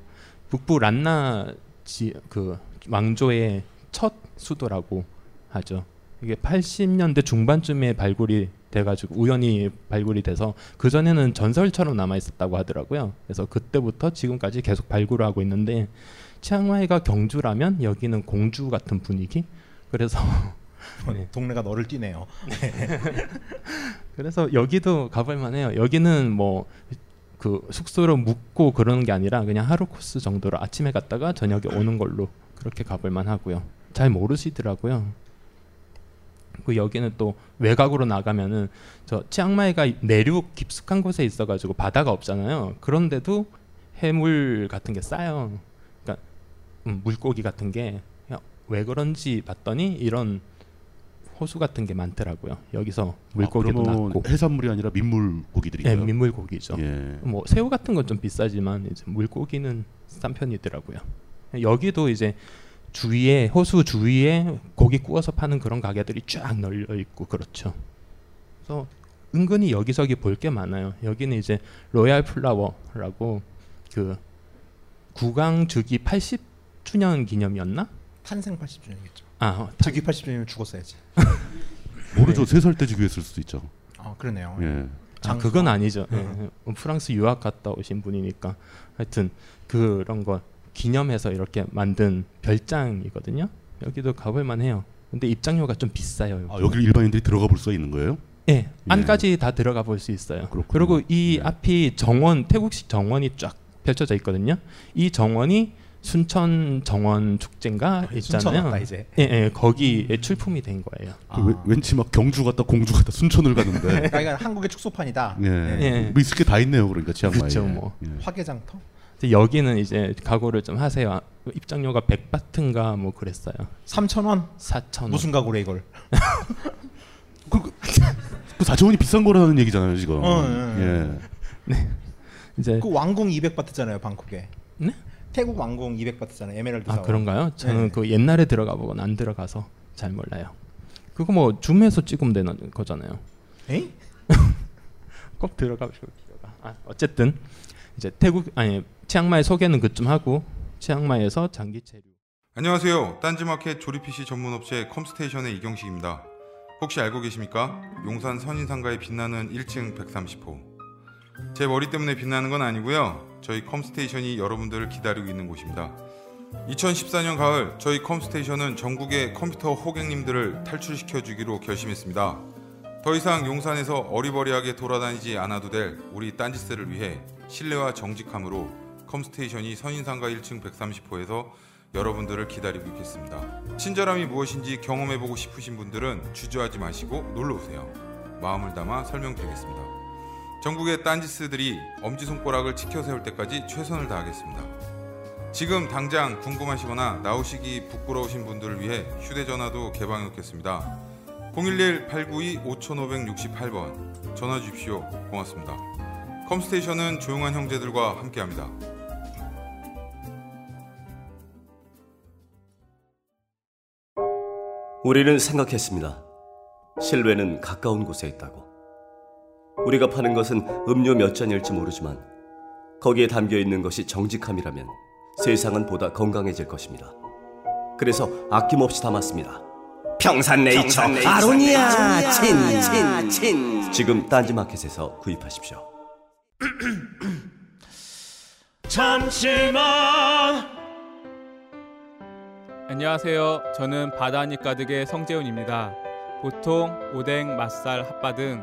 [SPEAKER 11] 북부 란나 지, 그 왕조의 첫 수도라고 하죠 이게 80년대 중반쯤에 발굴이 돼가지고 우연히 발굴이 돼서 그 전에는 전설처럼 남아 있었다고 하더라고요. 그래서 그때부터 지금까지 계속 발굴을 하고 있는데 치앙마이가 경주라면 여기는 공주 같은 분위기. 그래서 [LAUGHS]
[SPEAKER 7] 동네가 너를 뛰네요.
[SPEAKER 11] 그래서 여기도 가볼 만해요. 여기는 뭐 그 숙소로 묵고 그러는 게 아니라 그냥 하루 코스 정도로 아침에 갔다가 저녁에 오는 걸로 그렇게 가볼 만하고요. 잘 모르시더라고요. 그 여기는 또 외곽으로 나가면은 저 치앙마이가 내륙 깊숙한 곳에 있어가지고 바다가 없잖아요. 그런데도 해물 같은 게 싸요. 그러니까 음, 물고기 같은 게 왜 그런지 봤더니 이런 호수 같은 게 많더라고요. 여기서 물고기도
[SPEAKER 10] 아, 그러면
[SPEAKER 11] 낳고
[SPEAKER 10] 해산물이 아니라 민물고기들이요. 예.
[SPEAKER 11] 예, 민물고기죠. 뭐 새우 같은 건 좀 비싸지만 이제 물고기는 싼 편이더라고요. 여기도 이제 주위에 호수 주위에 고기 구워서 파는 그런 가게들이 쫙 널려 있고 그렇죠. 그래서 은근히 여기저기 볼 게 많아요. 여기는 이제 로얄 플라워라고 그 국왕 즉위 80주년 기념이었나?
[SPEAKER 7] 탄생 80주년이겠죠.
[SPEAKER 11] 아, 어,
[SPEAKER 7] 즉위 80주년이면 죽었어야지.
[SPEAKER 10] 모르죠. 세 살 때 지구했을 수도 있죠.
[SPEAKER 7] 아 그러네요.
[SPEAKER 10] 예.
[SPEAKER 11] 아, 그건 아니죠.
[SPEAKER 10] 네.
[SPEAKER 11] 예, 예. 프랑스 유학 갔다 오신 분이니까 하여튼 그런 걸 기념해서 이렇게 만든 별장이거든요. 여기도 가볼 만해요. 근데 입장료가 좀 비싸요.
[SPEAKER 10] 아, 네. 여기를 일반인들이 들어가 볼 수가 있는 거예요?
[SPEAKER 11] 예, 안까지 다 들어가 볼 수 있어요. 그리고이
[SPEAKER 10] 네.
[SPEAKER 11] 앞이 정원 태국식 정원이 쫙 펼쳐져 있거든요. 이 정원이 순천 정원 축제인가 있잖아요.
[SPEAKER 10] 순천 왔다, 이제.
[SPEAKER 11] 예, 예, 거기에 출품이 된 거예요.
[SPEAKER 10] 그 왜- 왠지 막 경주 갔다 공주 갔다
[SPEAKER 7] [LAUGHS]
[SPEAKER 10] 순천을 가는데.
[SPEAKER 7] 그러니까 이건 한국의 축소판이다.
[SPEAKER 10] 예.
[SPEAKER 11] 예.
[SPEAKER 10] 뭐 있을 게 다 있네요. 그러니까 치앙마이.
[SPEAKER 11] 그쵸, 뭐.
[SPEAKER 7] 화개장터.
[SPEAKER 11] 근데 여기는 이제 각오를 좀 하세요. 아, 입장료가 100바트인가 뭐 그랬어요.
[SPEAKER 7] 3,000원?
[SPEAKER 11] 4,000원.
[SPEAKER 7] 무슨 각오래 이걸?
[SPEAKER 10] 그 4천 원이 비싼 거라는 얘기잖아요, 지금.
[SPEAKER 7] 어, 예, 예.
[SPEAKER 11] 네. 이제
[SPEAKER 7] 그 왕궁 200바트잖아요 방콕에.
[SPEAKER 11] 네?
[SPEAKER 7] 태국 왕궁 200바트잖아요 에메랄드
[SPEAKER 11] 아
[SPEAKER 7] 사원.
[SPEAKER 11] 그런가요? 저는
[SPEAKER 7] 네.
[SPEAKER 11] 그 옛날에 들어가 보거나 안 들어가서 잘 몰라요. 그거 뭐 줌에서 찍으면 되는 거잖아요.
[SPEAKER 7] 에이?
[SPEAKER 11] 꼭 들어가고 싶어요. 아, 어쨌든 이제 태국 아니 치앙마이 소개는 그쯤 하고 치앙마이에서 장기 체류.
[SPEAKER 2] 안녕하세요. 딴지마켓 조립 PC 전문 업체 컴스테이션의 이경식입니다. 혹시 알고 계십니까? 용산 선인상가의 빛나는 1층 130호. 제 머리 때문에 빛나는 건 아니고요. 저희 컴스테이션이 여러분들을 기다리고 있는 곳입니다. 2014년 가을 저희 컴스테이션은 전국의 컴퓨터 호객님들을 탈출시켜 주기로 결심했습니다. 더 이상 용산에서 어리버리하게 돌아다니지 않아도 될 우리 딴지스를 위해 신뢰와 정직함으로 컴스테이션이 선인상가 1층 130호에서 여러분들을 기다리고 있겠습니다. 친절함이 무엇인지 경험해보고 싶으신 분들은 주저하지 마시고 놀러오세요. 마음을 담아 설명드리겠습니다. 전국의 딴지스들이 엄지손가락을 치켜세울 때까지 최선을 다하겠습니다. 지금 당장 궁금하시거나 나오시기 부끄러우신 분들을 위해 휴대전화도 개방해놓겠습니다. 011-892-5568번 전화 주십시오. 고맙습니다. 컴스테이션은 조용한 형제들과 함께합니다.
[SPEAKER 13] 우리는 생각했습니다. 실외는 가까운 곳에 있다고. 우리가 파는 것은 음료 몇 잔일지 모르지만 거기에 담겨 있는 것이 정직함이라면 세상은 보다 건강해질 것입니다. 그래서 아낌없이 담았습니다.
[SPEAKER 14] 평산네이처
[SPEAKER 13] 평산네이처
[SPEAKER 14] 아로니아
[SPEAKER 13] 아로니아
[SPEAKER 14] 친 친, 친.
[SPEAKER 13] 지금 딴지마켓에서 구입하십시오.
[SPEAKER 3] 잠시만 안녕하세요. 저는 바다하닉 가득의 성재훈입니다. 보통 오뎅, 맛살, 핫바 등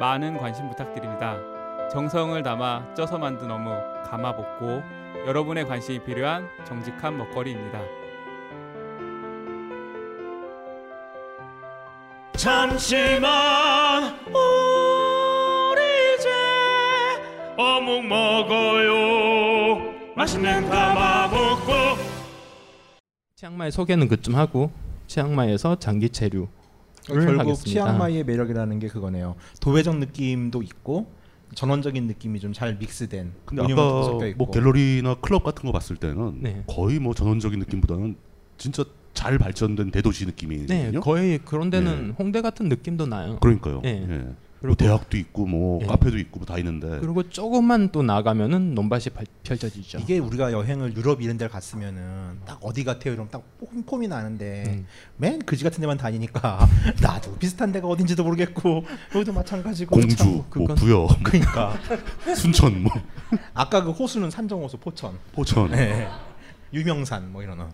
[SPEAKER 3] 많은 관심 부탁드립니다. 정성을 담아 쪄서 만든 어묵 감아 볶고 여러분의 관심이 필요한 정직한 먹거리입니다.
[SPEAKER 14] 잠시만 우리 이제 어묵 먹어요 맛있는 가마복고
[SPEAKER 11] 치앙마이 소개는 그쯤 하고 치앙마이에서 장기 체류.
[SPEAKER 7] 아,
[SPEAKER 11] 음,
[SPEAKER 7] 결국 치앙마이의 매력이라는 게 그거네요. 도회적 느낌도 있고 전원적인 느낌이 좀 잘
[SPEAKER 11] 네.
[SPEAKER 7] 믹스된
[SPEAKER 10] 근데
[SPEAKER 7] 운영도
[SPEAKER 10] 아까
[SPEAKER 7] 섞여 있고.
[SPEAKER 10] 뭐 갤러리나 클럽 같은 거 봤을 때는 거의 뭐 전원적인 느낌보다는 진짜 잘 발전된 대도시 느낌이거든요. 네.
[SPEAKER 11] 네, 거의 그런 데는 홍대 같은 느낌도 나요.
[SPEAKER 10] 그러니까요.
[SPEAKER 11] 네.
[SPEAKER 10] 예. 뭐 대학도 있고 뭐
[SPEAKER 11] 예.
[SPEAKER 10] 카페도 있고 다 있는데
[SPEAKER 11] 그리고 조금만 또 나가면은 논밭이 발- 펼쳐지죠.
[SPEAKER 7] 이게 우리가 여행을 유럽 이런 데를 갔으면은 딱 어디 같아요 이러면 딱 폼폼이 나는데
[SPEAKER 11] 음.
[SPEAKER 7] 맨 그지 같은 데만 다니니까 [LAUGHS] 나도 비슷한 데가 어딘지도 모르겠고 여기도 마찬가지고
[SPEAKER 10] 공주,
[SPEAKER 7] 참
[SPEAKER 10] 뭐
[SPEAKER 7] 그건-
[SPEAKER 10] 부여.
[SPEAKER 7] 그러니까
[SPEAKER 10] [LAUGHS] 순천 뭐
[SPEAKER 7] 아까 그 호수는 산정 호수 포천
[SPEAKER 10] 포천.
[SPEAKER 11] 예.
[SPEAKER 7] 네. [LAUGHS] 유명산 뭐 이런 거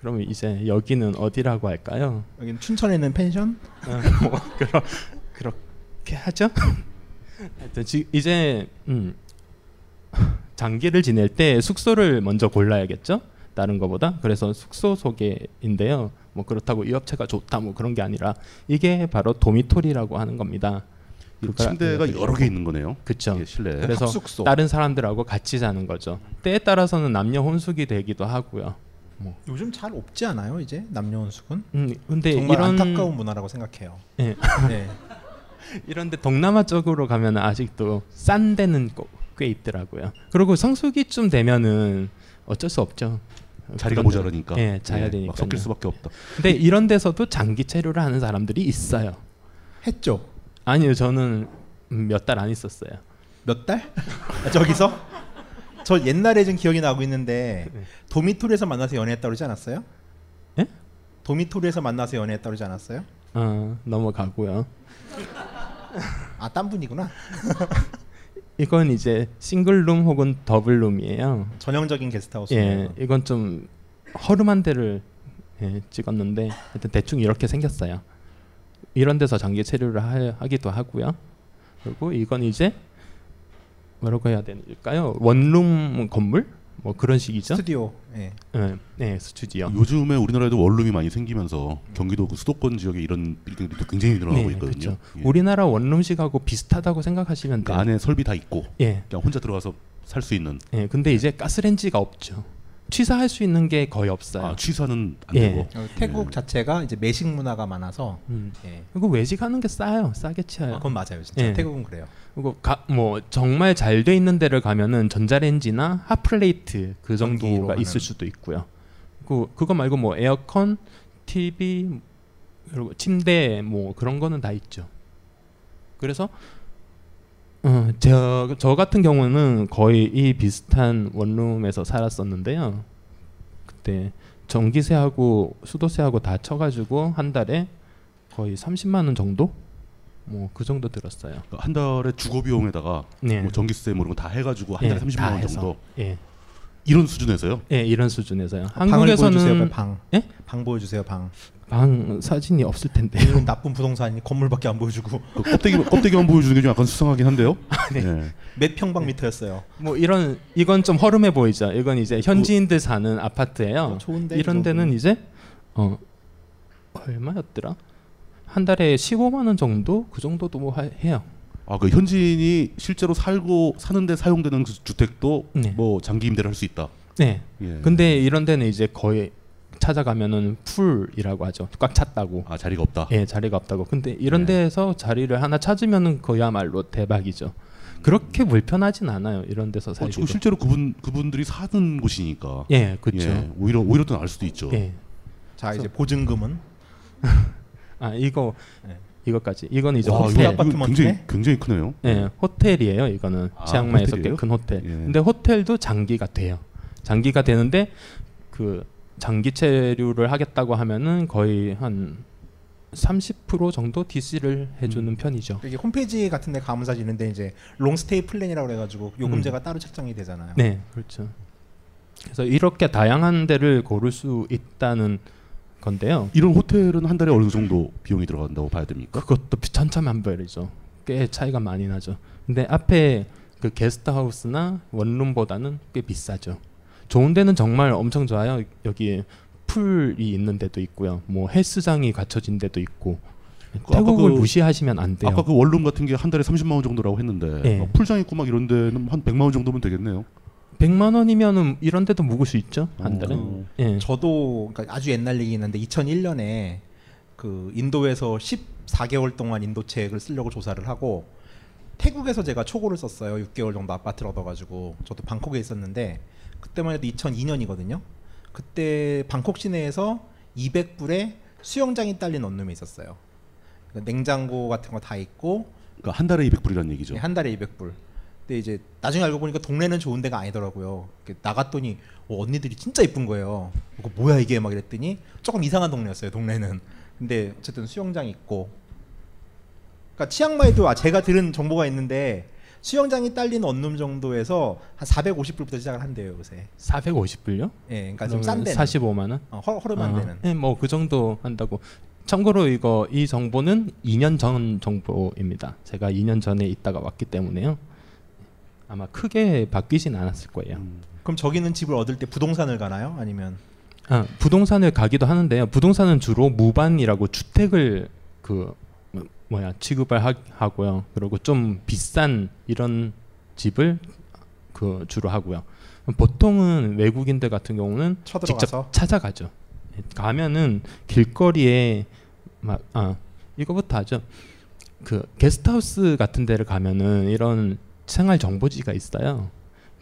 [SPEAKER 11] 그러면 이제 여기는 어디라고 할까요?
[SPEAKER 7] 여기는 춘천에 있는 펜션
[SPEAKER 11] 어, 뭐 그러, 그렇게
[SPEAKER 7] [LAUGHS]
[SPEAKER 11] 하죠. 하여튼 지, 이제 음, 장기를 지낼 때 숙소를 먼저 골라야겠죠. 다른 거보다 그래서 숙소 소개인데요. 뭐 그렇다고 이 업체가 좋다 뭐 그런 게 아니라 이게 바로 도미토리라고 하는 겁니다. 그러니까 예.
[SPEAKER 10] 침대가 여러 개 있는 거네요. 예,
[SPEAKER 11] 그렇죠.
[SPEAKER 10] 실내.
[SPEAKER 11] 그래서
[SPEAKER 10] 합숙소.
[SPEAKER 11] 다른 사람들하고 같이 자는 거죠. 때에 따라서는 남녀 혼숙이 되기도 하고요.
[SPEAKER 7] 요즘 잘 없지 않아요 이제 남녀 혼숙은
[SPEAKER 11] 음, 근데
[SPEAKER 7] 정말
[SPEAKER 11] 이런-
[SPEAKER 7] 안타까운 문화라고 생각해요
[SPEAKER 11] 예.
[SPEAKER 7] [LAUGHS] 네.
[SPEAKER 11] 이런데 동남아 쪽으로 가면 아직도 싼 데는 꼭- 꽤 있더라고요. 그리고 성수기쯤 되면은 어쩔 수 없죠.
[SPEAKER 10] 자리가
[SPEAKER 11] 그런 데는.
[SPEAKER 10] 모자라니까.
[SPEAKER 11] 예, 자야
[SPEAKER 10] 예, 막
[SPEAKER 11] 되니까.
[SPEAKER 10] 섞일 수밖에 없다.
[SPEAKER 11] 근데 이런 데서도 장기 체류를 하는 사람들이 있어요.
[SPEAKER 7] 했죠?
[SPEAKER 11] 아니요, 저는 몇 달 안 있었어요.
[SPEAKER 7] 몇 달? [LAUGHS] 아, 저기서? 저 옛날에 좀 기억이 나고 있는데 도미토리에서 만나서 연애했다 그러지 않았어요?
[SPEAKER 11] 네. 예?
[SPEAKER 7] 도미토리에서 만나서 연애했다 그러지 않았어요?
[SPEAKER 11] 어, 넘어가고요.
[SPEAKER 7] 아 딴 분이구나
[SPEAKER 11] 이건 이제 싱글룸 혹은 더블룸이에요.
[SPEAKER 7] 전형적인 게스트하우스.
[SPEAKER 11] 예, 이건 좀 허름한 데를 예, 찍었는데 하여튼 대충 이렇게 생겼어요. 이런 데서 장기 체류를 하, 기도 하고요. 그리고 이건 이제 뭐라고 해야 될까요? 원룸 건물 뭐 그런 식이죠.
[SPEAKER 7] 스튜디오. 예.
[SPEAKER 11] 예, 예, 스튜디오.
[SPEAKER 10] 요즘에 우리나라에도 원룸이 많이 생기면서 경기도 그 수도권 지역에 이런 빌딩들이 또 굉장히 늘어나고
[SPEAKER 11] 네,
[SPEAKER 10] 있거든요. 예.
[SPEAKER 11] 그렇죠. 우리나라 원룸식하고 비슷하다고 생각하시면
[SPEAKER 10] 그
[SPEAKER 11] 돼요.
[SPEAKER 10] 안에 설비 다 있고
[SPEAKER 11] 예.
[SPEAKER 10] 그냥 혼자 들어가서 살 수 있는.
[SPEAKER 11] 예, 근데 이제 가스렌지가 없죠. 취사할 수 있는 게 거의 없어요.
[SPEAKER 10] 아,
[SPEAKER 11] 예.
[SPEAKER 10] 취사는
[SPEAKER 7] 안 되고.
[SPEAKER 11] 아,
[SPEAKER 7] 어, 태국 자체가 이제 매식 문화가 많아서 예.
[SPEAKER 11] 음. 그리고 외식하는 게 싸요. 싸게 치아요. 예.
[SPEAKER 7] 아, 그건 맞아요, 진짜. 태국은 그래요.
[SPEAKER 11] 그리고 가, 뭐 정말 잘 돼 있는 데를 가면은 전자레인지나 핫플레이트 그 정도가
[SPEAKER 7] 가는.
[SPEAKER 11] 있을 수도 있고요. 그 그거 말고 뭐 에어컨, TV, 그리고 침대 뭐 그런 거는 다 있죠. 그래서 어, 저, 저 같은 경우는 거의 이 비슷한 원룸에서 살았었는데요. 그때 전기세하고 수도세하고 다 쳐가지고 한 달에 거의 30만 원 정도? 뭐 그 정도 들었어요.
[SPEAKER 10] 그러니까 한 달에 주거 비용에다가
[SPEAKER 11] 네.
[SPEAKER 10] 뭐 전기세 뭐 이런 거 다 해가지고 한 달에
[SPEAKER 11] 예,
[SPEAKER 10] 30만
[SPEAKER 11] 다
[SPEAKER 10] 원
[SPEAKER 11] 해서.
[SPEAKER 10] 정도.
[SPEAKER 11] 예.
[SPEAKER 10] 이런 수준에서요?
[SPEAKER 11] 예, 이런 수준에서요.
[SPEAKER 7] 아, 방을
[SPEAKER 11] 한국에서는
[SPEAKER 7] 보여주세요, 빨리 방.
[SPEAKER 11] 예?
[SPEAKER 7] 방 보여주세요, 방.
[SPEAKER 11] 방 사진이 없을 텐데.
[SPEAKER 7] 나쁜 부동산이 건물밖에 안 보여주고.
[SPEAKER 10] 그 껍데기 껍데기만 보여주는 게 좀 약간 수상하긴 한데요.
[SPEAKER 11] 아, 네.
[SPEAKER 10] 예.
[SPEAKER 7] 몇 평방미터였어요.
[SPEAKER 11] [LAUGHS] 뭐 이런 이건 좀 허름해 보이죠. 이건 이제 현지인들 사는 아파트예요.
[SPEAKER 7] 뭐 좋은데,
[SPEAKER 11] 이런
[SPEAKER 7] 그
[SPEAKER 11] 데는 이제 어 얼마였더라? 한 달에 15만 원 정도 그 정도도 뭐 하- 해요.
[SPEAKER 10] 아 그 현지인이 실제로 살고 사는데 사용되는 그 주택도 뭐 장기 임대를 할 수 있다.
[SPEAKER 11] 네.
[SPEAKER 7] 음.
[SPEAKER 10] 예.
[SPEAKER 11] 근데 이런 데는 이제 거의 찾아가면은 풀이라고 하죠. 꽉 찼다고.
[SPEAKER 10] 아 자리가 없다.
[SPEAKER 11] 예, 자리가 없다고. 근데 이런
[SPEAKER 7] 네.
[SPEAKER 11] 데에서 자리를 하나 찾으면은 그야말로 대박이죠. 그렇게 불편하진 않아요. 이런 데서
[SPEAKER 10] 어,
[SPEAKER 11] 살기.
[SPEAKER 10] 지금 실제로 그분 그분들이 사는 곳이니까.
[SPEAKER 11] 예, 그쵸.
[SPEAKER 10] 오히려 오히려 더 나을 수도 있죠.
[SPEAKER 11] 예.
[SPEAKER 7] 자, 이제 보증금은
[SPEAKER 11] 아 이거 이것까지. 이건 이제
[SPEAKER 10] 와,
[SPEAKER 11] 호텔.
[SPEAKER 10] 이거 이거 굉장히 굉장히 크네요.
[SPEAKER 11] 예, 호텔이에요. 이거는
[SPEAKER 10] 아,
[SPEAKER 11] 치앙마이에서 꽤
[SPEAKER 10] 호텔이에요?
[SPEAKER 11] 큰 호텔.
[SPEAKER 10] 예.
[SPEAKER 11] 근데 호텔도 장기가 돼요. 장기가 되는데 그 장기 체류를 하겠다고 하면은 거의 한 30% 정도 DC를 해주는
[SPEAKER 10] 음.
[SPEAKER 11] 편이죠.
[SPEAKER 7] 이게 홈페이지 같은 데 가면 사실 있는데 이제 롱스테이 플랜이라고 그래가지고
[SPEAKER 11] 음.
[SPEAKER 7] 요금제가 따로 책정이 되잖아요.
[SPEAKER 11] 네, 그렇죠. 그래서 이렇게 다양한 데를 고를 수 있다는 건데요.
[SPEAKER 10] 이런 호텔은 한 달에 어느 정도 비용이 들어간다고 봐야 됩니까?
[SPEAKER 11] 그것도 천차만별이죠. 꽤 차이가 많이 나죠. 근데 앞에 그 게스트하우스나 원룸보다는 꽤 비싸죠. 좋은 데는 정말 엄청 좋아요. 여기 풀이 있는 데도 있고요. 뭐 헬스장이 갖춰진 데도 있고.
[SPEAKER 10] 아까
[SPEAKER 11] 태국을
[SPEAKER 10] 그-
[SPEAKER 11] 무시하시면 안 돼요.
[SPEAKER 10] 아까 그 원룸 같은 게 한 달에 30만 원 정도라고 했는데
[SPEAKER 11] 예.
[SPEAKER 10] 어, 풀장 있고 막 이런 데는 한 100만 원 정도면 되겠네요.
[SPEAKER 11] 100만 원이면은 이런 데도 묵을 수 있죠. 한 달에.
[SPEAKER 10] 어.
[SPEAKER 11] 예.
[SPEAKER 7] 저도 그러니까 아주 옛날 얘기긴 한데 2001년에 그 인도에서 14개월 동안 인도책을 쓰려고 조사를 하고 태국에서 제가 초고를 썼어요. 6개월 정도 아파트를 얻어가지고 저도 방콕에 있었는데 그때만 해도 2002년이거든요. 그때 방콕 시내에서 200불에 수영장이 딸린 원룸이 있었어요. 그러니까 냉장고 같은 거 다 있고
[SPEAKER 10] 그러니까 한 달에 200불이라는 얘기죠.
[SPEAKER 7] 예, 한 달에 200불. 근데 이제 나중에 알고 보니까 동네는 좋은 데가 아니더라고요. 이렇게 나갔더니 어, 언니들이 진짜 예쁜 거예요. 이거 뭐야 이게 막 이랬더니 조금 이상한 동네였어요. 동네는. 근데 어쨌든 수영장 있고. 그러니까 치앙마이도 아, 제가 들은 정보가 있는데 수영장이 딸린 원룸 정도에서 한 450불부터 시작을 한대요 요새.
[SPEAKER 11] 450불요?
[SPEAKER 7] 예, 그러니까 좀 싼 데는.
[SPEAKER 11] 45만 원.
[SPEAKER 7] 어, 허- 허름한 데는.
[SPEAKER 11] 예, 뭐 그 정도 한다고. 참고로 이거 이 정보는 2년 전 정보입니다. 제가 2년 전에 있다가 왔기 때문에요. 아마 크게 바뀌진 않았을 거예요.
[SPEAKER 7] 그럼 저기는 집을 얻을 때 부동산을 가나요? 아니면
[SPEAKER 11] 아, 부동산을 가기도 하는데요. 부동산은 주로 무반이라고 주택을 그 뭐- 뭐야 취급을 하, 하고요. 그리고 좀 비싼 이런 집을 그 주로 하고요. 보통은 외국인들 같은 경우는
[SPEAKER 7] 쳐들어가서?
[SPEAKER 11] 직접 찾아가죠. 예, 가면은 길거리에 막 아 이거부터 하죠. 그 게스트하우스 같은 데를 가면은 이런 생활 정보지가 있어요.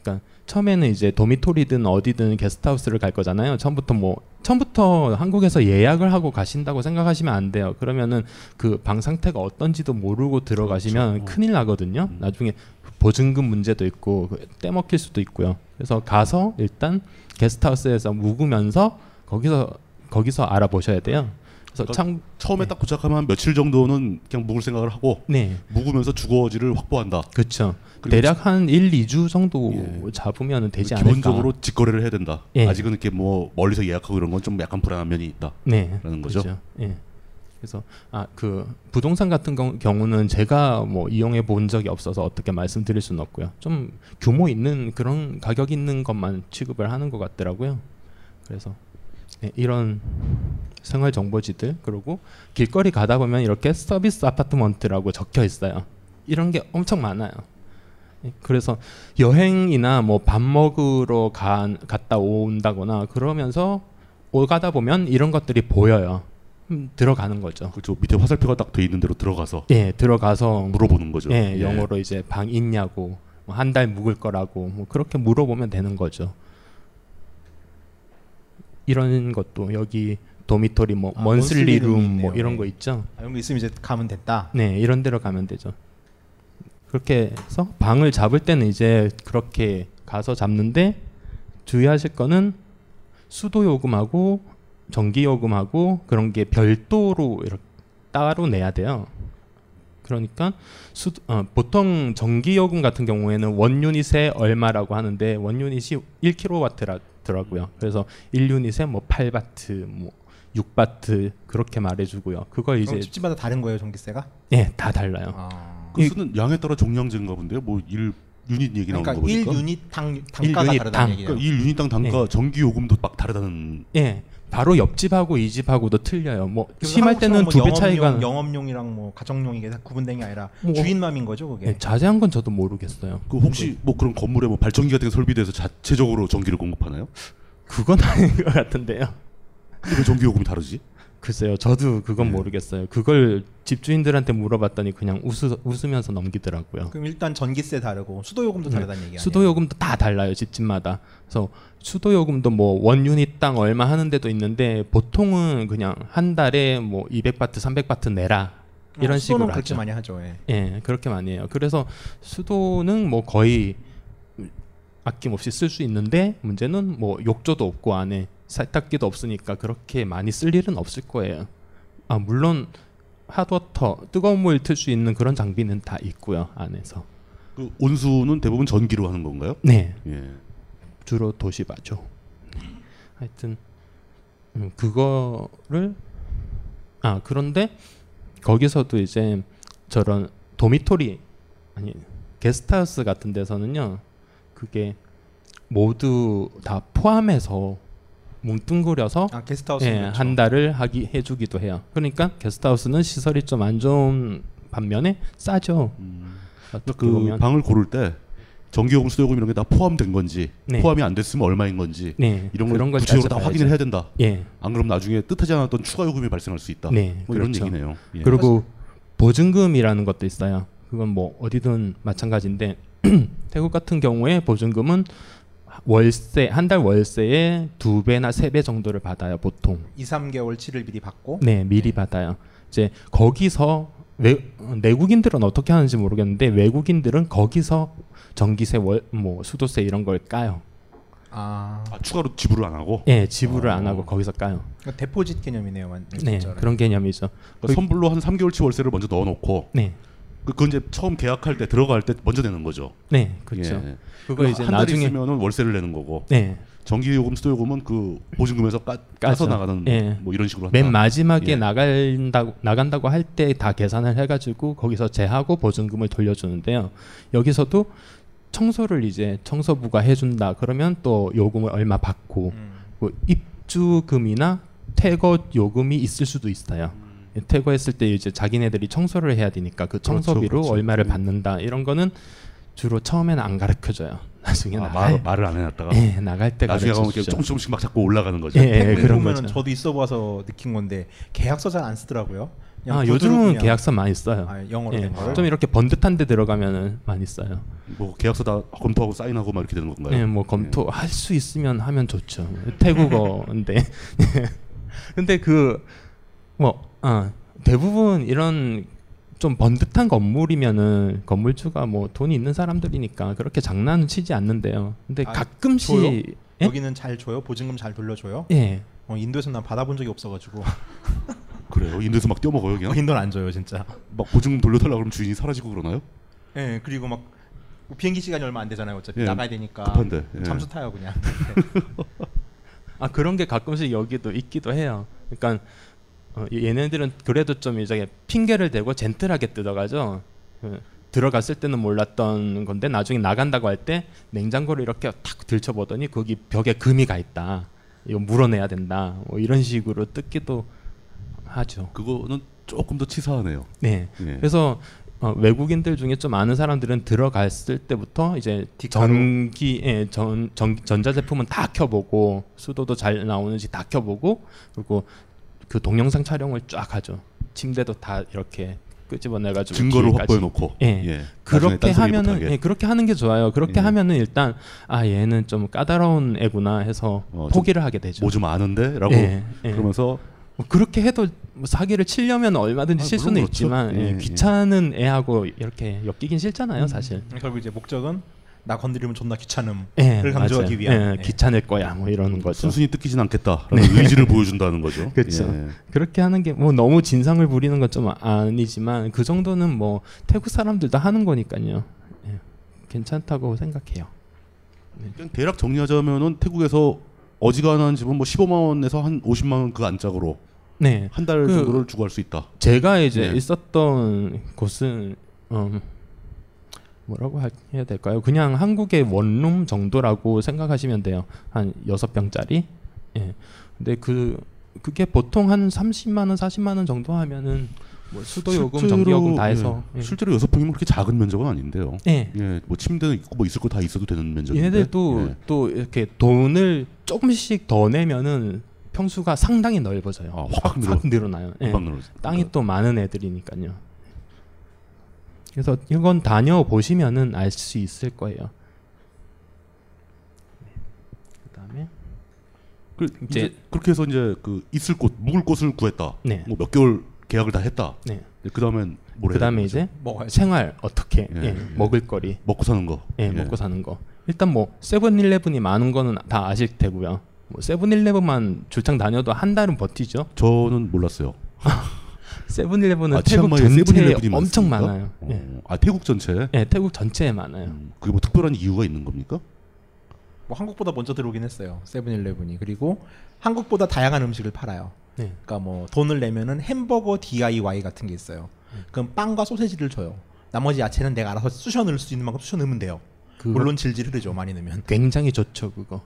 [SPEAKER 11] 그러니까 처음에는 이제 도미토리든 어디든 게스트하우스를 갈 거잖아요. 처음부터 뭐 처음부터 한국에서 예약을 하고 가신다고 생각하시면 안 돼요. 그러면은 그 방 상태가 어떤지도 모르고 들어가시면 큰일 나거든요. 나중에 보증금 문제도 있고 그 떼먹힐 수도 있고요. 그래서 가서 일단 게스트하우스에서 묵으면서 거기서 거기서 알아보셔야 돼요. 그래서
[SPEAKER 10] 그러니까
[SPEAKER 11] 참
[SPEAKER 10] 처음에 딱 도착하면 한 며칠 정도는 그냥 묵을 생각을 하고
[SPEAKER 11] 네.
[SPEAKER 10] 묵으면서 주거지를 확보한다.
[SPEAKER 11] 그렇죠. 대략 한 1, 2주 정도 잡으면 되지 않을까.
[SPEAKER 10] 예. 그러니까 기본적으로 직거래를 해야 된다.
[SPEAKER 11] 예.
[SPEAKER 10] 아직은 이렇게 뭐 멀리서 예약하고 이런 건 좀 약간 불안한 면이
[SPEAKER 11] 네,
[SPEAKER 10] 있다라는 거죠.
[SPEAKER 11] 그렇죠. 예. 그래서 아 그 부동산 같은 경- 경우는 제가 뭐 이용해 본 적이 없어서 어떻게 말씀드릴 수는 없고요. 좀 규모 있는 그런 가격 있는 것만 취급을 하는 것 같더라고요. 그래서 예, 이런 생활 정보지들 그리고 길거리 가다 보면 이렇게 서비스 아파트먼트라고 적혀 있어요. 이런 게 엄청 많아요. 그래서 여행이나 뭐 밥 먹으러 간, 갔다 온다거나 그러면서 오가다 보면 이런 것들이 보여요. 음, 들어가는 거죠.
[SPEAKER 10] 그렇죠. 밑에 화살표가 딱 돼 있는 대로 들어가서
[SPEAKER 11] 예, 들어가서
[SPEAKER 10] 물어보는 거죠.
[SPEAKER 7] 그렇죠.
[SPEAKER 11] 예,
[SPEAKER 10] 예.
[SPEAKER 11] 영어로 이제 방 있냐고, 뭐 한 달 묵을 거라고, 뭐 그렇게 물어보면 되는 거죠. 이런 것도 여기 도미토리 뭐
[SPEAKER 7] 아,
[SPEAKER 11] 먼슬리
[SPEAKER 7] 먼슬리 룸이
[SPEAKER 11] 룸
[SPEAKER 7] 있네요.
[SPEAKER 11] 뭐 이런
[SPEAKER 7] 네.
[SPEAKER 11] 거 있죠.
[SPEAKER 7] 아, 이런 거 있으면 이제 가면 됐다.
[SPEAKER 11] 네, 이런 데로 가면 되죠. 그렇게 해서 방을 잡을 때는 이제 그렇게 가서 잡는데 주의하실 거는 수도 요금하고 전기 요금하고 그런 게 별도로 이렇게 따로 내야 돼요. 그러니까 수, 어, 보통 전기 요금 같은 경우에는 원 유닛에 얼마라고 하는데 원 유닛이 1kW라더라고요. 그래서 1 유닛에 뭐 8바트, 뭐 6바트 그렇게 말해주고요. 그걸
[SPEAKER 7] 그럼
[SPEAKER 11] 이제
[SPEAKER 7] 집집마다 다른 거예요 전기세가?
[SPEAKER 11] 예, 다 달라요.
[SPEAKER 10] 그 수는 양에 따라 종량제인가 본데요. 뭐 일 유닛 얘기 나오는
[SPEAKER 7] 그러니까
[SPEAKER 10] 거 보니까.
[SPEAKER 7] 일 유닛 당- 단가가
[SPEAKER 10] 당.
[SPEAKER 7] 다르다는 얘기예요.
[SPEAKER 10] 그러니까 일 유닛당 단가 전기 요금도 막 다르다는
[SPEAKER 11] 예, 바로 옆집하고 이 집하고도 틀려요. 뭐
[SPEAKER 7] 그래서
[SPEAKER 11] 심할
[SPEAKER 7] 한국처럼
[SPEAKER 11] 때는
[SPEAKER 7] 뭐
[SPEAKER 11] 두 배
[SPEAKER 7] 영업용,
[SPEAKER 11] 차이가
[SPEAKER 7] 영업용이랑 뭐 가정용 이게 다 구분된 게 아니라
[SPEAKER 11] 뭐-
[SPEAKER 7] 주인 맘인 거죠 그게.
[SPEAKER 11] 예, 자세한 건 저도 모르겠어요.
[SPEAKER 10] 그 혹시 뭐 그런 건물에 뭐 발전기 같은 게 설비돼서 자체적으로 전기를 공급하나요?
[SPEAKER 11] 그건 [LAUGHS] 아닌 것 같은데요.
[SPEAKER 10] 근데 왜 전기 요금이 다르지?
[SPEAKER 11] 글쎄요, 저도 그건
[SPEAKER 7] 네.
[SPEAKER 11] 모르겠어요. 그걸 집주인들한테 물어봤더니 그냥 웃으, 웃으면서 넘기더라고요.
[SPEAKER 7] 그럼 일단 전기세 다르고 수도 요금도 다르다는
[SPEAKER 11] 네.
[SPEAKER 7] 얘기 아니에요?
[SPEAKER 11] 수도 요금도 다 달라요 집집마다. 그래서 수도 요금도 뭐 원 유닛당 얼마 하는 데도 있는데 보통은 그냥 한 달에 뭐 200바트, 300바트 내라 이런
[SPEAKER 7] 어, 수도는
[SPEAKER 11] 식으로
[SPEAKER 7] 그렇게
[SPEAKER 11] 하죠.
[SPEAKER 7] 많이 하죠, 예.
[SPEAKER 11] 그렇게 많이 해요. 그래서 수도는 뭐 거의 아낌없이 쓸 수 있는데 문제는 뭐 욕조도 없고 안에 세탁기도 없으니까 그렇게 많이 쓸 일은 없을 거예요. 아 물론 핫워터 뜨거운 물 틀 수 있는 그런 장비는 다 있고요 안에서.
[SPEAKER 10] 그 온수는 대부분 전기로 하는 건가요?
[SPEAKER 11] 네.
[SPEAKER 10] 예.
[SPEAKER 11] 주로 도시바죠. 하여튼 음, 그거를 아 그런데 거기서도 이제 저런 도미토리 아니 게스트하우스 같은 데서는요 그게 모두 다 포함해서 뭉뚱그려서
[SPEAKER 7] 아, 게스트하우스는
[SPEAKER 11] 예,
[SPEAKER 7] 그렇죠.
[SPEAKER 11] 한 달을 하기 해주기도 해요. 그러니까 게스트하우스는 시설이 좀 안 좋은 반면에 싸죠. 어떻게
[SPEAKER 10] 그
[SPEAKER 11] 보면.
[SPEAKER 10] 방을 고를 때 전기요금, 수도요금 이런 게 다 포함된 건지
[SPEAKER 11] 네.
[SPEAKER 10] 포함이 안 됐으면 얼마인 건지
[SPEAKER 11] 네,
[SPEAKER 10] 이런 걸
[SPEAKER 11] 그런 걸
[SPEAKER 10] 구체적으로 다
[SPEAKER 11] 따져봐야죠.
[SPEAKER 10] 확인을 해야 된다.
[SPEAKER 11] 예.
[SPEAKER 10] 안 그럼 나중에 뜻하지 않았던 추가 요금이 발생할 수 있다.
[SPEAKER 11] 네,
[SPEAKER 10] 뭐 이런
[SPEAKER 11] 그렇죠.
[SPEAKER 10] 얘기네요. 예.
[SPEAKER 11] 그리고 보증금이라는 것도 있어요. 그건 뭐 어디든 마찬가지인데 [CLEARS THROAT] 태국 같은 경우에 보증금은 월세 한 달 월세의 두 배나 세 배 정도를 받아요 보통.
[SPEAKER 7] 2, 3개월치를 미리 받고
[SPEAKER 11] 네, 미리 받아요. 이제 거기서 외, 어, 내국인들은 어떻게 하는지 모르겠는데 외국인들은 거기서 전기세 월 뭐 수도세 이런 걸 까요. 네.
[SPEAKER 7] 아,
[SPEAKER 10] 아, 추가로 지불을 안 하고.
[SPEAKER 11] 예, 지불을 안
[SPEAKER 10] 어.
[SPEAKER 11] 하고 거기서 까요.
[SPEAKER 7] 그러니까 데포짓 개념이네요, 완전.
[SPEAKER 11] 네,
[SPEAKER 7] 진짜로.
[SPEAKER 11] 그런 개념이죠.
[SPEAKER 10] 그러니까 선불로 한 3개월치 월세를 먼저 넣어놓고.
[SPEAKER 11] 네.
[SPEAKER 10] 그- 그건 이제 처음 계약할 때 들어갈 때 먼저 내는 거죠.
[SPEAKER 11] 네, 그렇죠. 그거
[SPEAKER 10] 예. 그럼
[SPEAKER 11] 이제
[SPEAKER 10] 한 달이
[SPEAKER 11] 나중에-
[SPEAKER 10] 있으면은 월세를 내는 거고.
[SPEAKER 11] 네.
[SPEAKER 10] 전기요금, 수도요금은 그 보증금에서 까,
[SPEAKER 11] 까죠.
[SPEAKER 10] 까서 나가는
[SPEAKER 11] 예.
[SPEAKER 10] 뭐 이런 식으로.
[SPEAKER 11] 맨
[SPEAKER 10] 한다.
[SPEAKER 11] 마지막에
[SPEAKER 10] 예.
[SPEAKER 11] 나간다고 나간다고 할 때 다 계산을 해가지고 거기서 제하고 보증금을 돌려주는데요. 여기서도 청소를 이제 청소부가 해준다 그러면 또 요금을 얼마 받고 뭐 입주금이나 퇴거 요금이 있을 수도 있어요. 퇴거했을 때 이제 자기네들이 청소를 해야 되니까 그
[SPEAKER 10] 그렇죠,
[SPEAKER 11] 청소비로
[SPEAKER 10] 그렇죠.
[SPEAKER 11] 얼마를 받는다 이런 거는 주로 처음에는 안 가르쳐줘요. 나중에
[SPEAKER 10] 아,
[SPEAKER 11] 나갈-
[SPEAKER 10] 말, 말을 안 해놨다가
[SPEAKER 11] 예, 나갈 때
[SPEAKER 10] 나중에 가면
[SPEAKER 11] 가르쳐주죠.
[SPEAKER 10] 이렇게 조금씩 조금씩 막 자꾸 올라가는 거죠.
[SPEAKER 11] 예, 예,
[SPEAKER 7] 태국에
[SPEAKER 11] 그런
[SPEAKER 7] 보면은
[SPEAKER 11] 거죠.
[SPEAKER 7] 저도 있어 봐서 느낀 건데 계약서 잘 안 쓰더라고요. 그냥
[SPEAKER 11] 아
[SPEAKER 7] 구두로
[SPEAKER 11] 요즘은
[SPEAKER 7] 그냥-
[SPEAKER 11] 계약서 많이 써요. 예,
[SPEAKER 7] 아, 영어로 된 거를.
[SPEAKER 11] 좀 이렇게 번듯한 데 들어가면은 많이 써요.
[SPEAKER 10] 뭐 계약서 다 검토하고 사인하고 막 이렇게 되는
[SPEAKER 7] 네.
[SPEAKER 10] 건가요?
[SPEAKER 11] 예, 뭐 검토할 수 있으면 하면 좋죠. 태국어인데. [LAUGHS] 근데 그 뭐 아, 대부분 이런 좀 번듯한 건물이면은 건물주가 뭐 돈이 있는 사람들이니까 그렇게 장난치지 않는데요. 근데
[SPEAKER 7] 아,
[SPEAKER 11] 가끔씩
[SPEAKER 7] 줘요?
[SPEAKER 11] 예?
[SPEAKER 7] 여기는 잘 줘요. 보증금 잘 돌려줘요.
[SPEAKER 11] 예.
[SPEAKER 7] 어, 인도에서 난 받아본 적이 없어가지고.
[SPEAKER 10] 예. 그래요? 인도에서 막 뛰어먹어요
[SPEAKER 11] 아,
[SPEAKER 10] 그냥?
[SPEAKER 11] 예.
[SPEAKER 7] 어, [LAUGHS] 인도는 안 줘요 진짜.
[SPEAKER 10] 막 보증금 돌려달라 그러면 주인이 사라지고 그러나요?
[SPEAKER 7] 예, 그리고 막뭐 비행기 시간이 얼마 안 되잖아요. 어차피
[SPEAKER 10] 예,
[SPEAKER 7] 나가야 되니까.
[SPEAKER 10] 급한데, 예.
[SPEAKER 7] 잠수 타요 그냥. [LAUGHS]
[SPEAKER 11] 아 그런 게 가끔씩 여기도 있기도 해요. 그러니까 어, 얘네들은 그래도 좀 이제 핑계를 대고 젠틀하게 뜯어가죠. 그, 들어갔을 때는 몰랐던 건데 나중에 나간다고 할 때 냉장고를 이렇게 탁 들춰보더니 거기 벽에 금이 가 있다. 이거 물어내야 된다. 뭐 이런 식으로 뜯기도 하죠.
[SPEAKER 10] 그거는 조금 더 치사하네요.
[SPEAKER 11] 네.
[SPEAKER 10] 예.
[SPEAKER 11] 그래서 어, 외국인들 중에 좀 아는 사람들은 들어갔을 때부터 이제
[SPEAKER 7] 디카로?
[SPEAKER 11] 전기 예, 전, 전 전자 제품은 다 켜보고 수도도 잘 나오는지 다 켜보고 그리고 그 동영상 촬영을 쫙 하죠. 침대도 다 이렇게 끄집어내가지고
[SPEAKER 10] 증거를
[SPEAKER 11] 뒤에까지.
[SPEAKER 10] 확보해놓고.
[SPEAKER 11] 예.
[SPEAKER 10] 예.
[SPEAKER 11] 그렇게
[SPEAKER 10] 나중에 딴소리 못
[SPEAKER 11] 하면은
[SPEAKER 10] 하게. 예.
[SPEAKER 11] 예, 그렇게 하는 게 좋아요. 그렇게 하면은 일단 아 얘는 좀 까다로운 애구나 해서
[SPEAKER 10] 어,
[SPEAKER 11] 포기를 하게 되죠.
[SPEAKER 10] 뭐 좀 아는데라고
[SPEAKER 11] 예,
[SPEAKER 10] 그러면서
[SPEAKER 11] 뭐 그렇게 해도 뭐 사기를 치려면 얼마든지
[SPEAKER 10] 아,
[SPEAKER 11] 칠 수는
[SPEAKER 10] 물론 그렇죠.
[SPEAKER 11] 있지만 예,
[SPEAKER 10] 예, 예.
[SPEAKER 11] 귀찮은 애하고 이렇게 엮이긴 싫잖아요, 사실.
[SPEAKER 7] 결국 이제 목적은 나 건드리면 존나 귀찮음을
[SPEAKER 11] 예,
[SPEAKER 7] 강조하기
[SPEAKER 11] 맞아요.
[SPEAKER 7] 위한
[SPEAKER 11] 예, 귀찮을 거야 뭐 이러는 거죠. 네.
[SPEAKER 10] 순순히 뜯기진 않겠다라는 의지를 보여준다는 거죠.
[SPEAKER 11] [LAUGHS] 그렇죠.
[SPEAKER 10] 예.
[SPEAKER 11] 그렇게 하는 게 뭐 너무 진상을 부리는 건 좀 아니지만 그 정도는 뭐 태국 사람들도 하는 거니까요. 예, 괜찮다고 생각해요. 네.
[SPEAKER 10] 그냥 대략 정리하자면은 태국에서 어지간한 집은 뭐 15만 원에서 한 50만 원 그 안짝으로
[SPEAKER 11] 네.
[SPEAKER 10] 한 달
[SPEAKER 11] 그
[SPEAKER 10] 정도를 주고 할 수 있다.
[SPEAKER 11] 제가 이제
[SPEAKER 10] 예.
[SPEAKER 11] 있었던 곳은 음, 뭐라고 하- 해야 될까요? 그냥 한국의 원룸 정도라고 생각하시면 돼요. 한 여섯 병짜리. 예. 근데 그 그게 보통 한 30만 원, 40만 원 정도 하면은 뭐 수도 요금,
[SPEAKER 10] 실제로,
[SPEAKER 11] 전기 요금 다
[SPEAKER 10] 예,
[SPEAKER 11] 해서 예.
[SPEAKER 10] 실제로 여섯 평이면 그렇게 작은 면적은 아닌데요.
[SPEAKER 11] 예.
[SPEAKER 10] 뭐 침대는 있고 뭐 있을 거 다 있어도 되는 면적인데.
[SPEAKER 11] 얘네들도
[SPEAKER 10] 예.
[SPEAKER 11] 또 이렇게 돈을 조금씩 더 내면은 평수가 상당히 넓어져요. 확,
[SPEAKER 10] 아, 늘어-
[SPEAKER 11] 늘어나요. 예.
[SPEAKER 10] 확 늘어져.
[SPEAKER 11] 땅이 또 많은 애들이니까요. 그래서 이건 다녀 보시면은 알 수 있을 거예요. 그다음에
[SPEAKER 10] 그,
[SPEAKER 11] 이제-
[SPEAKER 10] 이제, 그렇게 해서 이제 그 있을 곳, 묵을 곳을 구했다.
[SPEAKER 11] 네.
[SPEAKER 10] 뭐 몇 개월 계약을 다 했다.
[SPEAKER 11] 네.
[SPEAKER 10] 그다음엔 뭘 해야
[SPEAKER 11] 그다음에
[SPEAKER 10] 되는
[SPEAKER 11] 이제
[SPEAKER 10] 거죠?
[SPEAKER 11] 생활 어떻게
[SPEAKER 10] 예,
[SPEAKER 11] 예,
[SPEAKER 10] 예.
[SPEAKER 11] 먹을거리
[SPEAKER 10] 먹고 사는 거.
[SPEAKER 11] 예,
[SPEAKER 10] 예.
[SPEAKER 11] 먹고 사는 거 일단 뭐 세븐일레븐이 많은 거는 다 아실 테고요 뭐 세븐일레븐만 출장 다녀도 한 달은 버티죠
[SPEAKER 10] 저는 몰랐어요.
[SPEAKER 11] 세븐일레븐은
[SPEAKER 10] 아,
[SPEAKER 11] 태국
[SPEAKER 10] 치앙마이에
[SPEAKER 11] 전체에
[SPEAKER 10] 세븐일레븐이
[SPEAKER 11] 엄청
[SPEAKER 10] 많습니까?
[SPEAKER 11] 많아요 예.
[SPEAKER 10] 어, 아 태국 전체에?
[SPEAKER 11] 예, 태국 전체에 많아요.
[SPEAKER 10] 그게 뭐 특별한 이유가 있는 겁니까?
[SPEAKER 7] 뭐 한국보다 먼저 들어오긴 했어요. 세븐일레븐이 그리고 한국보다 다양한 음식을 팔아요.
[SPEAKER 11] 네.
[SPEAKER 7] 그러니까 뭐 돈을 내면은 햄버거 DIY 같은 게 있어요. 그럼 빵과 소세지를 줘요. 나머지 야채는 내가 알아서 쑤셔 넣을 수 있는 만큼 쑤셔 넣으면 돼요.
[SPEAKER 11] 그거-
[SPEAKER 7] 물론 질질 흐르죠 많이 넣으면. [LAUGHS]
[SPEAKER 11] 굉장히 좋죠 그거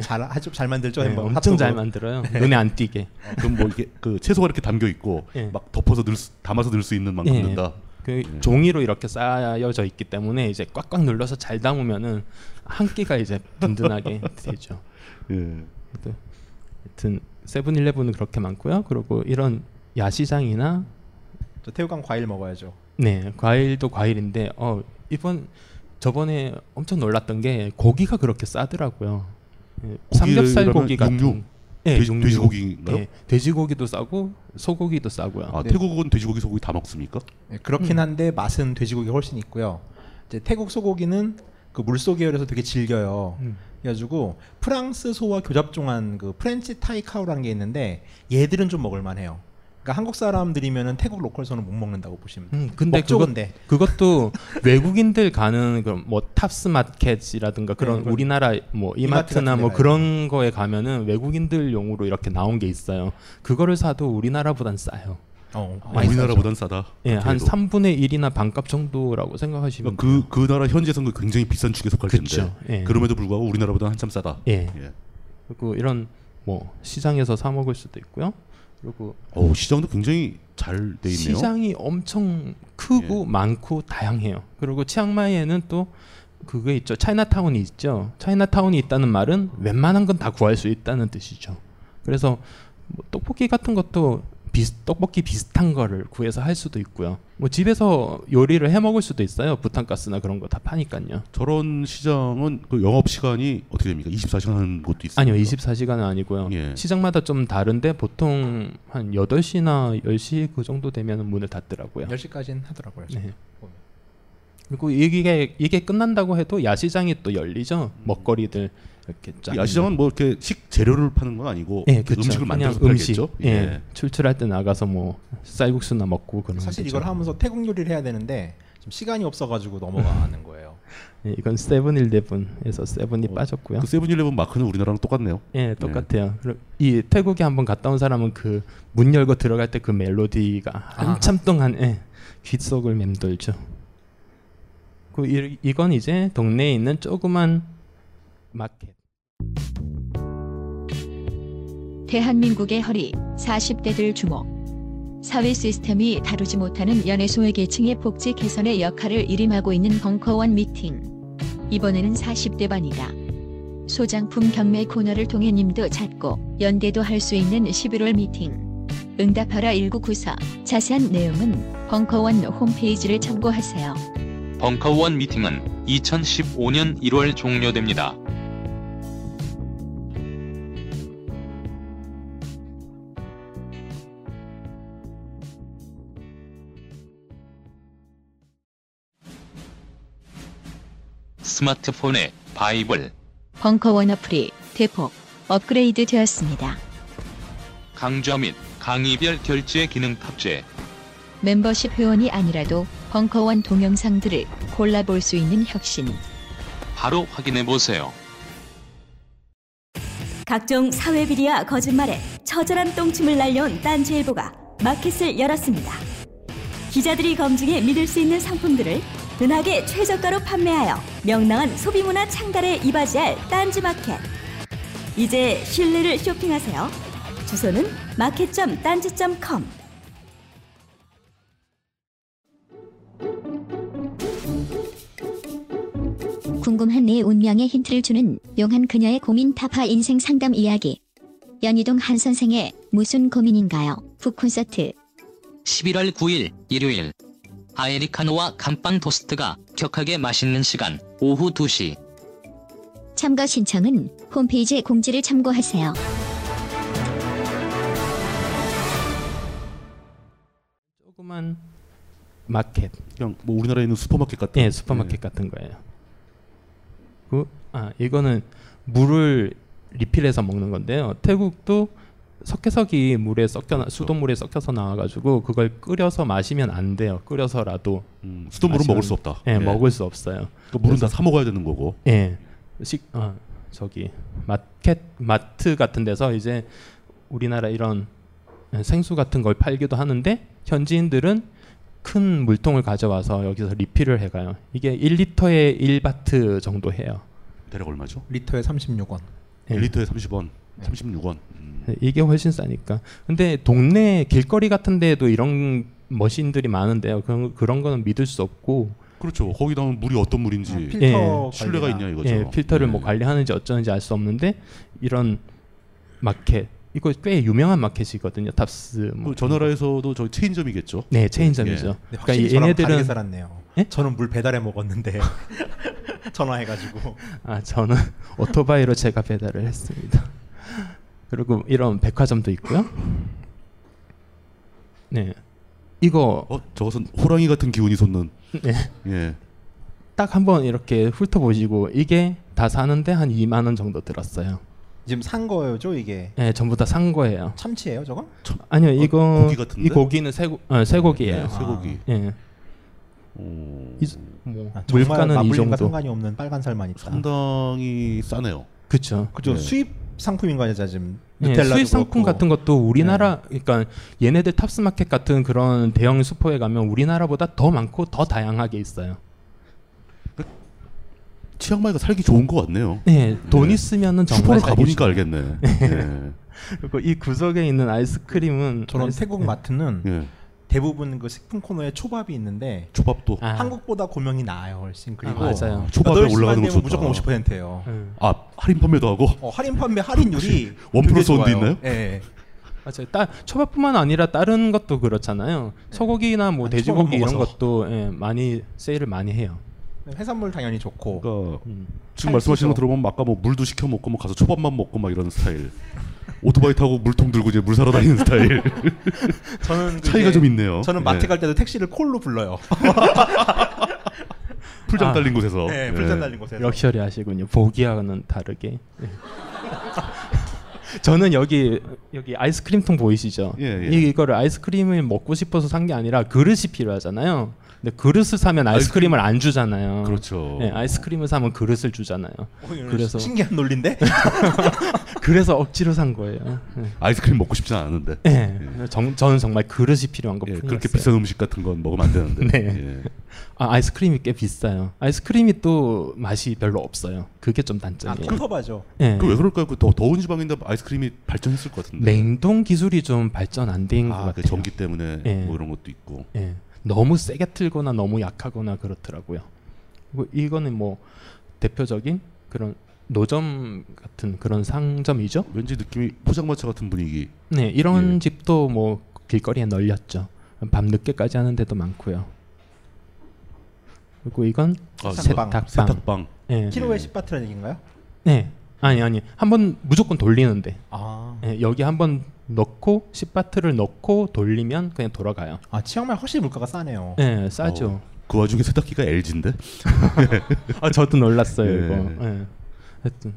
[SPEAKER 7] 잘 아주 잘 만들죠
[SPEAKER 11] 네,
[SPEAKER 7] 햄버거.
[SPEAKER 11] 엄청 잘
[SPEAKER 7] 핫도그.
[SPEAKER 11] 만들어요
[SPEAKER 7] 네.
[SPEAKER 11] 눈에 안 띄게
[SPEAKER 10] 아, 그럼 뭐 이게 그 채소가 이렇게 담겨 있고
[SPEAKER 11] 예.
[SPEAKER 10] 막 덮어서 넣을 수- 담아서 넣을 수 있는 만큼
[SPEAKER 11] 예.
[SPEAKER 10] 넣는다.
[SPEAKER 11] 그
[SPEAKER 10] 음.
[SPEAKER 11] 종이로 이렇게 쌓여져 있기 때문에 이제 꽉꽉 눌러서 잘 담으면은 한 끼가 이제
[SPEAKER 10] [LAUGHS]
[SPEAKER 11] 든든하게 되죠.
[SPEAKER 10] 예.
[SPEAKER 11] 네. 하여튼 세븐일레븐은 그렇게 많고요. 그리고 이런 야시장이나
[SPEAKER 7] 저 태우강 과일 먹어야죠.
[SPEAKER 11] 네 과일도 과일인데 어 이번 저번에 엄청 놀랐던 게 고기가 그렇게 싸더라고요. 예,
[SPEAKER 10] 고기를
[SPEAKER 11] 삼겹살
[SPEAKER 10] 그러면
[SPEAKER 11] 고기 같은
[SPEAKER 10] 육류?
[SPEAKER 11] 예,
[SPEAKER 10] 돼지-
[SPEAKER 11] 육류.
[SPEAKER 10] 돼지고기인가요?
[SPEAKER 11] 예, 돼지고기도 싸고 소고기도 싸고요.
[SPEAKER 10] 아 태국은 돼지고기 소고기 다 먹습니까?
[SPEAKER 7] 예,
[SPEAKER 11] 음.
[SPEAKER 7] 그렇긴 한데 맛은 돼지고기가 훨씬 있고요. 이제 태국 소고기는 그 물소 계열에서 되게 질겨요.
[SPEAKER 11] 음.
[SPEAKER 7] 그래가지고 프랑스 소와 교잡종한 그 프렌치 타이카우라는 게 있는데 얘들은 좀 먹을만해요. 그러니까 한국 사람들이면은 태국 로컬에서는 못 먹는다고 보시면 돼요.
[SPEAKER 11] 음, 근데
[SPEAKER 7] 먹죠,
[SPEAKER 11] 그것,
[SPEAKER 7] 근데.
[SPEAKER 10] [LAUGHS]
[SPEAKER 11] 그것도 외국인들 가는 그런 뭐 탑스 마켓이라든가
[SPEAKER 7] 네,
[SPEAKER 11] 그런
[SPEAKER 7] 그런
[SPEAKER 11] 우리나라 뭐
[SPEAKER 7] 이마트
[SPEAKER 11] 이마트나
[SPEAKER 7] 같은
[SPEAKER 11] 뭐
[SPEAKER 7] 데 가요.
[SPEAKER 11] 그런 거에 가면은 외국인들용으로 이렇게 나온 게 있어요. 그거를 사도 우리나라보단 싸요.
[SPEAKER 7] 어,
[SPEAKER 10] 아,
[SPEAKER 11] 많이
[SPEAKER 10] 우리나라보단
[SPEAKER 11] 싸죠.
[SPEAKER 10] 싸다.
[SPEAKER 11] 예, 한
[SPEAKER 10] 그래도.
[SPEAKER 11] 3분의 1이나 반값 정도라고 생각하시면 돼요.
[SPEAKER 10] 그, 그 나라 현지에서는 그 굉장히 비싼 축에 속할 텐데
[SPEAKER 11] 그쵸, 예.
[SPEAKER 10] 그럼에도 불구하고 우리나라보다 한참 싸다.
[SPEAKER 11] 예. 그리고 이런 뭐 시장에서 사 먹을 수도 있고요. 그리고
[SPEAKER 10] 어 시장도 굉장히 잘 돼 있네요. 예.
[SPEAKER 11] 시장이 엄청 크고 많고 다양해요. 그리고 치앙마이에는 또 그게 있죠. 차이나타운이 있죠. 차이나타운이 있다는 말은 웬만한 건 다 구할 수 있다는 뜻이죠. 그래서 뭐 떡볶이 같은 것도 비슷- 떡볶이 비슷한 거를 구해서 할 수도 있고요. 뭐 집에서 요리를 해 먹을 수도 있어요. 부탄가스나 그런 거 다 파니까요.
[SPEAKER 10] 저런 시장은 그 영업 시간이 어떻게 됩니까? 24시간 하는 곳도 있어요.
[SPEAKER 11] 아니요, 24시간은 아니고요.
[SPEAKER 10] 예.
[SPEAKER 11] 시장마다 좀 다른데 보통 한 8시나 10시 그 정도 되면 문을 닫더라고요.
[SPEAKER 7] 10시까지는 하더라고요.
[SPEAKER 11] 네. 그리고 이게 이게 끝난다고 해도 야시장이 또 열리죠. 먹거리들 이렇게 쫙.
[SPEAKER 10] 야시장은 뭐 음. 이렇게 식 재료를 파는 건 아니고
[SPEAKER 11] 예, 그쵸.
[SPEAKER 10] 음식을
[SPEAKER 11] 그냥
[SPEAKER 10] 만들어서
[SPEAKER 11] 음식.
[SPEAKER 10] 팔겠죠.
[SPEAKER 11] 예. 출출할 때 나가서 뭐 쌀국수나 먹고 그런
[SPEAKER 7] 사실
[SPEAKER 11] 거죠.
[SPEAKER 7] 이걸 하면서 태국 요리를 해야 되는데 좀 시간이 없어가지고 넘어가는 거예요.
[SPEAKER 11] [LAUGHS] 예, 이건 세븐일레븐에서 세븐이 빠졌고요.
[SPEAKER 10] 그 세븐일레븐 마크는 우리나라랑 똑같네요.
[SPEAKER 11] 예, 똑같아요. 그리고 이 태국에 한번 갔다 온 사람은 그 문 열고 들어갈 때 그 멜로디가
[SPEAKER 10] 아.
[SPEAKER 11] 한참 동안 예, 귓속을 맴돌죠. 그 이, 이건 이제 동네에 있는 조그만 마켓.
[SPEAKER 6] 대한민국의 허리 40대들 주목 사회 시스템이 다루지 못하는 연애소외 계층의 복지 개선의 역할을 일임하고 있는 벙커원 미팅. 이번에는 40대 반이다. 소장품 경매 코너를 통해 님도 찾고 연대도 할 수 있는 11월 미팅. 응답하라 1994. 자세한 내용은 벙커원 홈페이지를 참고하세요.
[SPEAKER 15] 벙커원 미팅은 2015년 1월 종료됩니다. 스마트폰의 바이블
[SPEAKER 6] 벙커원 어플이 대폭 업그레이드 되었습니다.
[SPEAKER 15] 강좌 및 강의별 결제 기능 탑재
[SPEAKER 6] 멤버십 회원이 아니라도 벙커원 동영상들을 골라볼 수 있는 혁신.
[SPEAKER 15] 바로 확인해 보세요.
[SPEAKER 16] 각종 사회 비리와 거짓말에 처절한 똥침을 날려온 딴지일보가 마켓을 열었습니다. 기자들이 검증해 믿을 수 있는 상품들을 은하계 최저가로 판매하여 명랑한 소비문화 창달에 이바지할 딴지마켓. 이제 신뢰를 쇼핑하세요. 주소는 마켓.딴지.com
[SPEAKER 17] 궁금한 내 운명의 힌트를 주는 용한 그녀의 고민 타파 인생 상담 이야기. 연희동 한 선생의 무슨 고민인가요? 북 콘서트.
[SPEAKER 18] 11월 9일 일요일 아에리카노와 감빵 토스트가 격하게 맛있는 시간 오후 2시
[SPEAKER 17] 참가 신청은 홈페이지 공지를 참고하세요.
[SPEAKER 11] 조그만 마켓.
[SPEAKER 10] 그냥 뭐 우리나라에 있는 슈퍼마켓 같은.
[SPEAKER 11] 예, 슈퍼마켓
[SPEAKER 10] 음.
[SPEAKER 11] 같은 거예요. 그, 아 이거는 물을 리필해서 먹는 건데요. 태국도 석회석이 물에 섞여 나- 수돗물에 섞여서 나와가지고 그걸 끓여서 마시면 안 돼요. 끓여서라도
[SPEAKER 10] 음, 수돗물은
[SPEAKER 11] 마시면-
[SPEAKER 10] 먹을 수 없다.
[SPEAKER 11] 예,
[SPEAKER 10] 예.
[SPEAKER 11] 먹을 수 없어요.
[SPEAKER 10] 그 물은 다
[SPEAKER 11] 그래서-
[SPEAKER 10] 사 먹어야 되는 거고.
[SPEAKER 11] 예, 식, 아, 저기 마켓 마트 같은 데서 이제 우리나라 이런 생수 같은 걸 팔기도 하는데 현지인들은 큰 물통을 가져와서 여기서 리필을 해가요. 이게 1리터에 1바트 정도 해요.
[SPEAKER 10] 대략 얼마죠?
[SPEAKER 7] 리터에 36원.
[SPEAKER 11] 예.
[SPEAKER 10] 1리터에 30원, 36원. 음.
[SPEAKER 11] 네, 이게 훨씬 싸니까. 근데 동네 길거리 같은 데에도 이런 머신들이 많은데요. 그런 그런 거는 믿을 수 없고.
[SPEAKER 10] 그렇죠. 거기다 물이 어떤 물인지
[SPEAKER 11] 필터
[SPEAKER 10] 예,
[SPEAKER 11] 관리나.
[SPEAKER 10] 신뢰가 있냐 이거죠.
[SPEAKER 11] 예, 필터를
[SPEAKER 7] 네.
[SPEAKER 11] 뭐 관리하는지 어쩌는지 알 수 없는데 이런 마켓 이거 꽤 유명한 마켓이거든요. 탑스. 뭐.
[SPEAKER 10] 저 나라에서도 그 저 체인점이겠죠.
[SPEAKER 11] 네, 체인점이죠.
[SPEAKER 10] 예.
[SPEAKER 11] 그러니까 이 얘네들은
[SPEAKER 7] 살았네요.
[SPEAKER 11] 예?
[SPEAKER 7] 저는 물 배달해 먹었는데 [LAUGHS] 전화해가지고
[SPEAKER 11] 아 저는 [LAUGHS] 오토바이로 제가 배달을 했습니다. [LAUGHS] 그리고 이런 백화점도 있고요. 네. 이거
[SPEAKER 10] 어, 저것은 호랑이 같은 기운이 솟는.
[SPEAKER 11] 네.
[SPEAKER 10] 예.
[SPEAKER 11] 딱 한번 이렇게 훑어보시고 이게 다 사는데 한 2만 원 정도 들었어요.
[SPEAKER 7] 지금 산 거죠 이게.
[SPEAKER 11] 네, 전부 다 산 거예요.
[SPEAKER 7] 참치예요 저건? 어,
[SPEAKER 11] 아니요, 이거
[SPEAKER 7] 고기 같은데?
[SPEAKER 11] 이 고기는 쇠고 어, 쇠고기예요.
[SPEAKER 7] 네, 쇠고기.
[SPEAKER 11] 아. 예. 이, 뭐
[SPEAKER 7] 아, 정말
[SPEAKER 11] 물가는 이
[SPEAKER 7] 마블링과
[SPEAKER 11] 정도. 음.
[SPEAKER 7] 상관이 없는 빨간 살만 있다.
[SPEAKER 10] 상당히 싸네요.
[SPEAKER 11] 그렇죠.
[SPEAKER 7] 그죠
[SPEAKER 11] 네.
[SPEAKER 7] 수입 상품인 거 아니야 지금
[SPEAKER 11] 예,
[SPEAKER 7] 누텔라도
[SPEAKER 11] 수입 상품
[SPEAKER 7] 그렇고. 네.
[SPEAKER 11] 같은 것도 우리나라 그러니까 얘네들 탑스마켓 같은 그런 대형 슈퍼에 가면 우리나라보다 더 많고 더 다양하게 있어요.
[SPEAKER 10] 치앙마이가 살기 좋은 것 같네요.
[SPEAKER 7] 예,
[SPEAKER 11] 네, 돈 있으면은 정말
[SPEAKER 10] 슈퍼를 가보니까
[SPEAKER 11] 살기 좋-
[SPEAKER 10] 알겠네.
[SPEAKER 11] 예.
[SPEAKER 10] 예.
[SPEAKER 11] 그리고 이 구석에 있는 아이스크림은
[SPEAKER 7] 저런
[SPEAKER 11] 아이스-
[SPEAKER 7] 태국
[SPEAKER 11] 예.
[SPEAKER 7] 마트는
[SPEAKER 10] 예.
[SPEAKER 7] 대부분 그 식품 코너에 초밥이 있는데
[SPEAKER 10] 초밥도
[SPEAKER 11] 아. 네,
[SPEAKER 7] 한국보다 고명이 나아요 훨씬 그리고
[SPEAKER 10] 아, 초밥에
[SPEAKER 7] 8시 반
[SPEAKER 10] 올라가는 거
[SPEAKER 7] 되면
[SPEAKER 10] 좋다.
[SPEAKER 7] 무조건 50%예요.
[SPEAKER 10] 아 할인 판매도 하고.
[SPEAKER 7] 어, 할인 판매 할인율이
[SPEAKER 10] 원
[SPEAKER 7] 되게
[SPEAKER 10] 플러스 원도
[SPEAKER 7] 좋아요.
[SPEAKER 10] 있나요?
[SPEAKER 7] 예.
[SPEAKER 11] 맞아요. 따, 초밥뿐만 아니라 다른 것도 그렇잖아요. 소고기나 뭐 돼지고기
[SPEAKER 7] 초밥만
[SPEAKER 11] 이런
[SPEAKER 7] 먹어서.
[SPEAKER 11] 것도 예, 많이 세일을 많이 해요.
[SPEAKER 7] 해산물 당연히 좋고.
[SPEAKER 10] 그러니까
[SPEAKER 7] 살찌죠.
[SPEAKER 10] 지금 말씀하시는 거 들어보면 아까 뭐 물도 시켜 먹고 뭐 가서 초밥만 먹고 막 이런 스타일. 오토바이 타고 물통 들고 이제 물 사러 다니는 스타일.
[SPEAKER 7] 저는 그게-
[SPEAKER 10] 차이가 좀 있네요.
[SPEAKER 7] 저는 마트
[SPEAKER 10] 예.
[SPEAKER 7] 갈 때도 택시를 콜로 불러요. [LAUGHS]
[SPEAKER 10] 풀장 달린 곳에서. 예.
[SPEAKER 7] 네, 풀장 달린 곳에서.
[SPEAKER 11] 럭셔리 하시군요. 보기와는 다르게. 예. [LAUGHS] 저는 여기 여기 아이스크림통 보이시죠?
[SPEAKER 10] 예, 예.
[SPEAKER 11] 이- 이거를 아이스크림을 먹고 싶어서 산 게 아니라 그릇이 필요하잖아요. 근데 그릇을 사면 아이스크림을 안 네, 주잖아요.
[SPEAKER 10] 그렇죠. 어,
[SPEAKER 11] 예, 아이스크림을 사면 그릇을 주잖아요.
[SPEAKER 7] 이거
[SPEAKER 10] 네.
[SPEAKER 11] 그래서
[SPEAKER 7] 신기한 논리인데
[SPEAKER 11] 그래서 억지로 산 거예요. 네.
[SPEAKER 10] 아이스크림 먹고 싶진 않은데. 예,
[SPEAKER 11] 네. 정- 저는 정말 그릇이 필요한 것뿐이었어요.
[SPEAKER 10] 그렇게 비싼 음식 같은 건 먹으면 안 되는데. 예.
[SPEAKER 11] 네. 아, 아이스크림이 꽤 비싸요. 아이스크림이 또 맛이 별로 없어요. 그게 좀 단점이에요. 네.
[SPEAKER 10] 아, 그왜 그럴까요? 그 더, 더운 지방인데 아이스크림이 발전했을 것 같은데.
[SPEAKER 11] 냉동 기술이 좀 발전 안 된 것
[SPEAKER 10] 네. 아,
[SPEAKER 11] 같아요.
[SPEAKER 10] 그 전기 때문에
[SPEAKER 11] 예.
[SPEAKER 10] 뭐 이런 것도 있고.
[SPEAKER 11] 예. 너무 세게 틀거나 너무 약하거나 그렇더라고요. 뭐 이거는 뭐 대표적인 그런 노점 같은 그런 상점이죠.
[SPEAKER 10] 왠지 느낌이 포장마차 같은 분위기.
[SPEAKER 11] 네, 이런
[SPEAKER 10] 예.
[SPEAKER 11] 집도 뭐 길거리에 널렸죠. 밤 늦게까지 하는 데도 많고요. 그리고 이건
[SPEAKER 10] 아,
[SPEAKER 11] 세탁방.
[SPEAKER 10] 세탁- 세탁방.
[SPEAKER 11] 예.
[SPEAKER 7] 키로에 10바트라는 얘기인가요?
[SPEAKER 11] 네. 아니 아니 한 번 무조건 돌리는데
[SPEAKER 7] 아.
[SPEAKER 11] 예, 여기 한 번 넣고 10바트를 넣고 돌리면 그냥 돌아가요.
[SPEAKER 7] 아 치앙마이 훨씬 물가가 싸네요.
[SPEAKER 11] 네, 싸죠.
[SPEAKER 10] 어, 그 와중에 세탁기가 LG인데.
[SPEAKER 11] 아 저도 놀랐어요
[SPEAKER 10] 예.
[SPEAKER 7] 네,
[SPEAKER 11] 이거. 예. 하여튼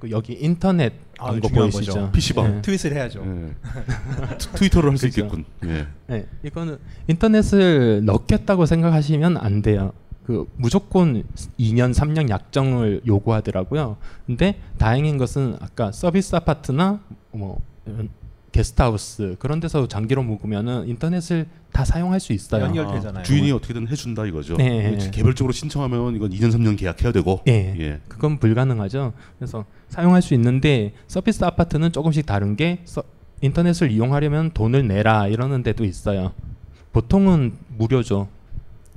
[SPEAKER 11] 그 여기 인터넷
[SPEAKER 7] 아,
[SPEAKER 11] 광고
[SPEAKER 7] 중요한
[SPEAKER 11] 보이시죠?
[SPEAKER 7] 거죠.
[SPEAKER 10] PC방.
[SPEAKER 11] 예.
[SPEAKER 7] 네. 트윗을 해야죠.
[SPEAKER 10] 네. [LAUGHS] 트- 트위터를 할 수
[SPEAKER 11] 그죠.
[SPEAKER 10] 있겠군. 예.
[SPEAKER 11] 예, 이거는 인터넷을 넣겠다고 생각하시면 안 돼요. 그 무조건 2년 3년 약정을 요구하더라고요. 근데 다행인 것은 아까 서비스 아파트나 뭐 이런 게스트하우스 그런 데서 장기로 묵으면은 인터넷을 다 사용할 수 있어요.
[SPEAKER 10] 아, 주인이 어떻게든 해준다 이거죠.
[SPEAKER 11] 네.
[SPEAKER 10] 개별적으로 신청하면 이건 2년 3년 계약해야 되고.
[SPEAKER 11] 예.
[SPEAKER 10] 예.
[SPEAKER 11] 그건 불가능하죠. 그래서 사용할 수 있는데 서비스 아파트는 조금씩 다른 게 서- 인터넷을 이용하려면 돈을 내라 이러는 데도 있어요. 보통은 무료죠.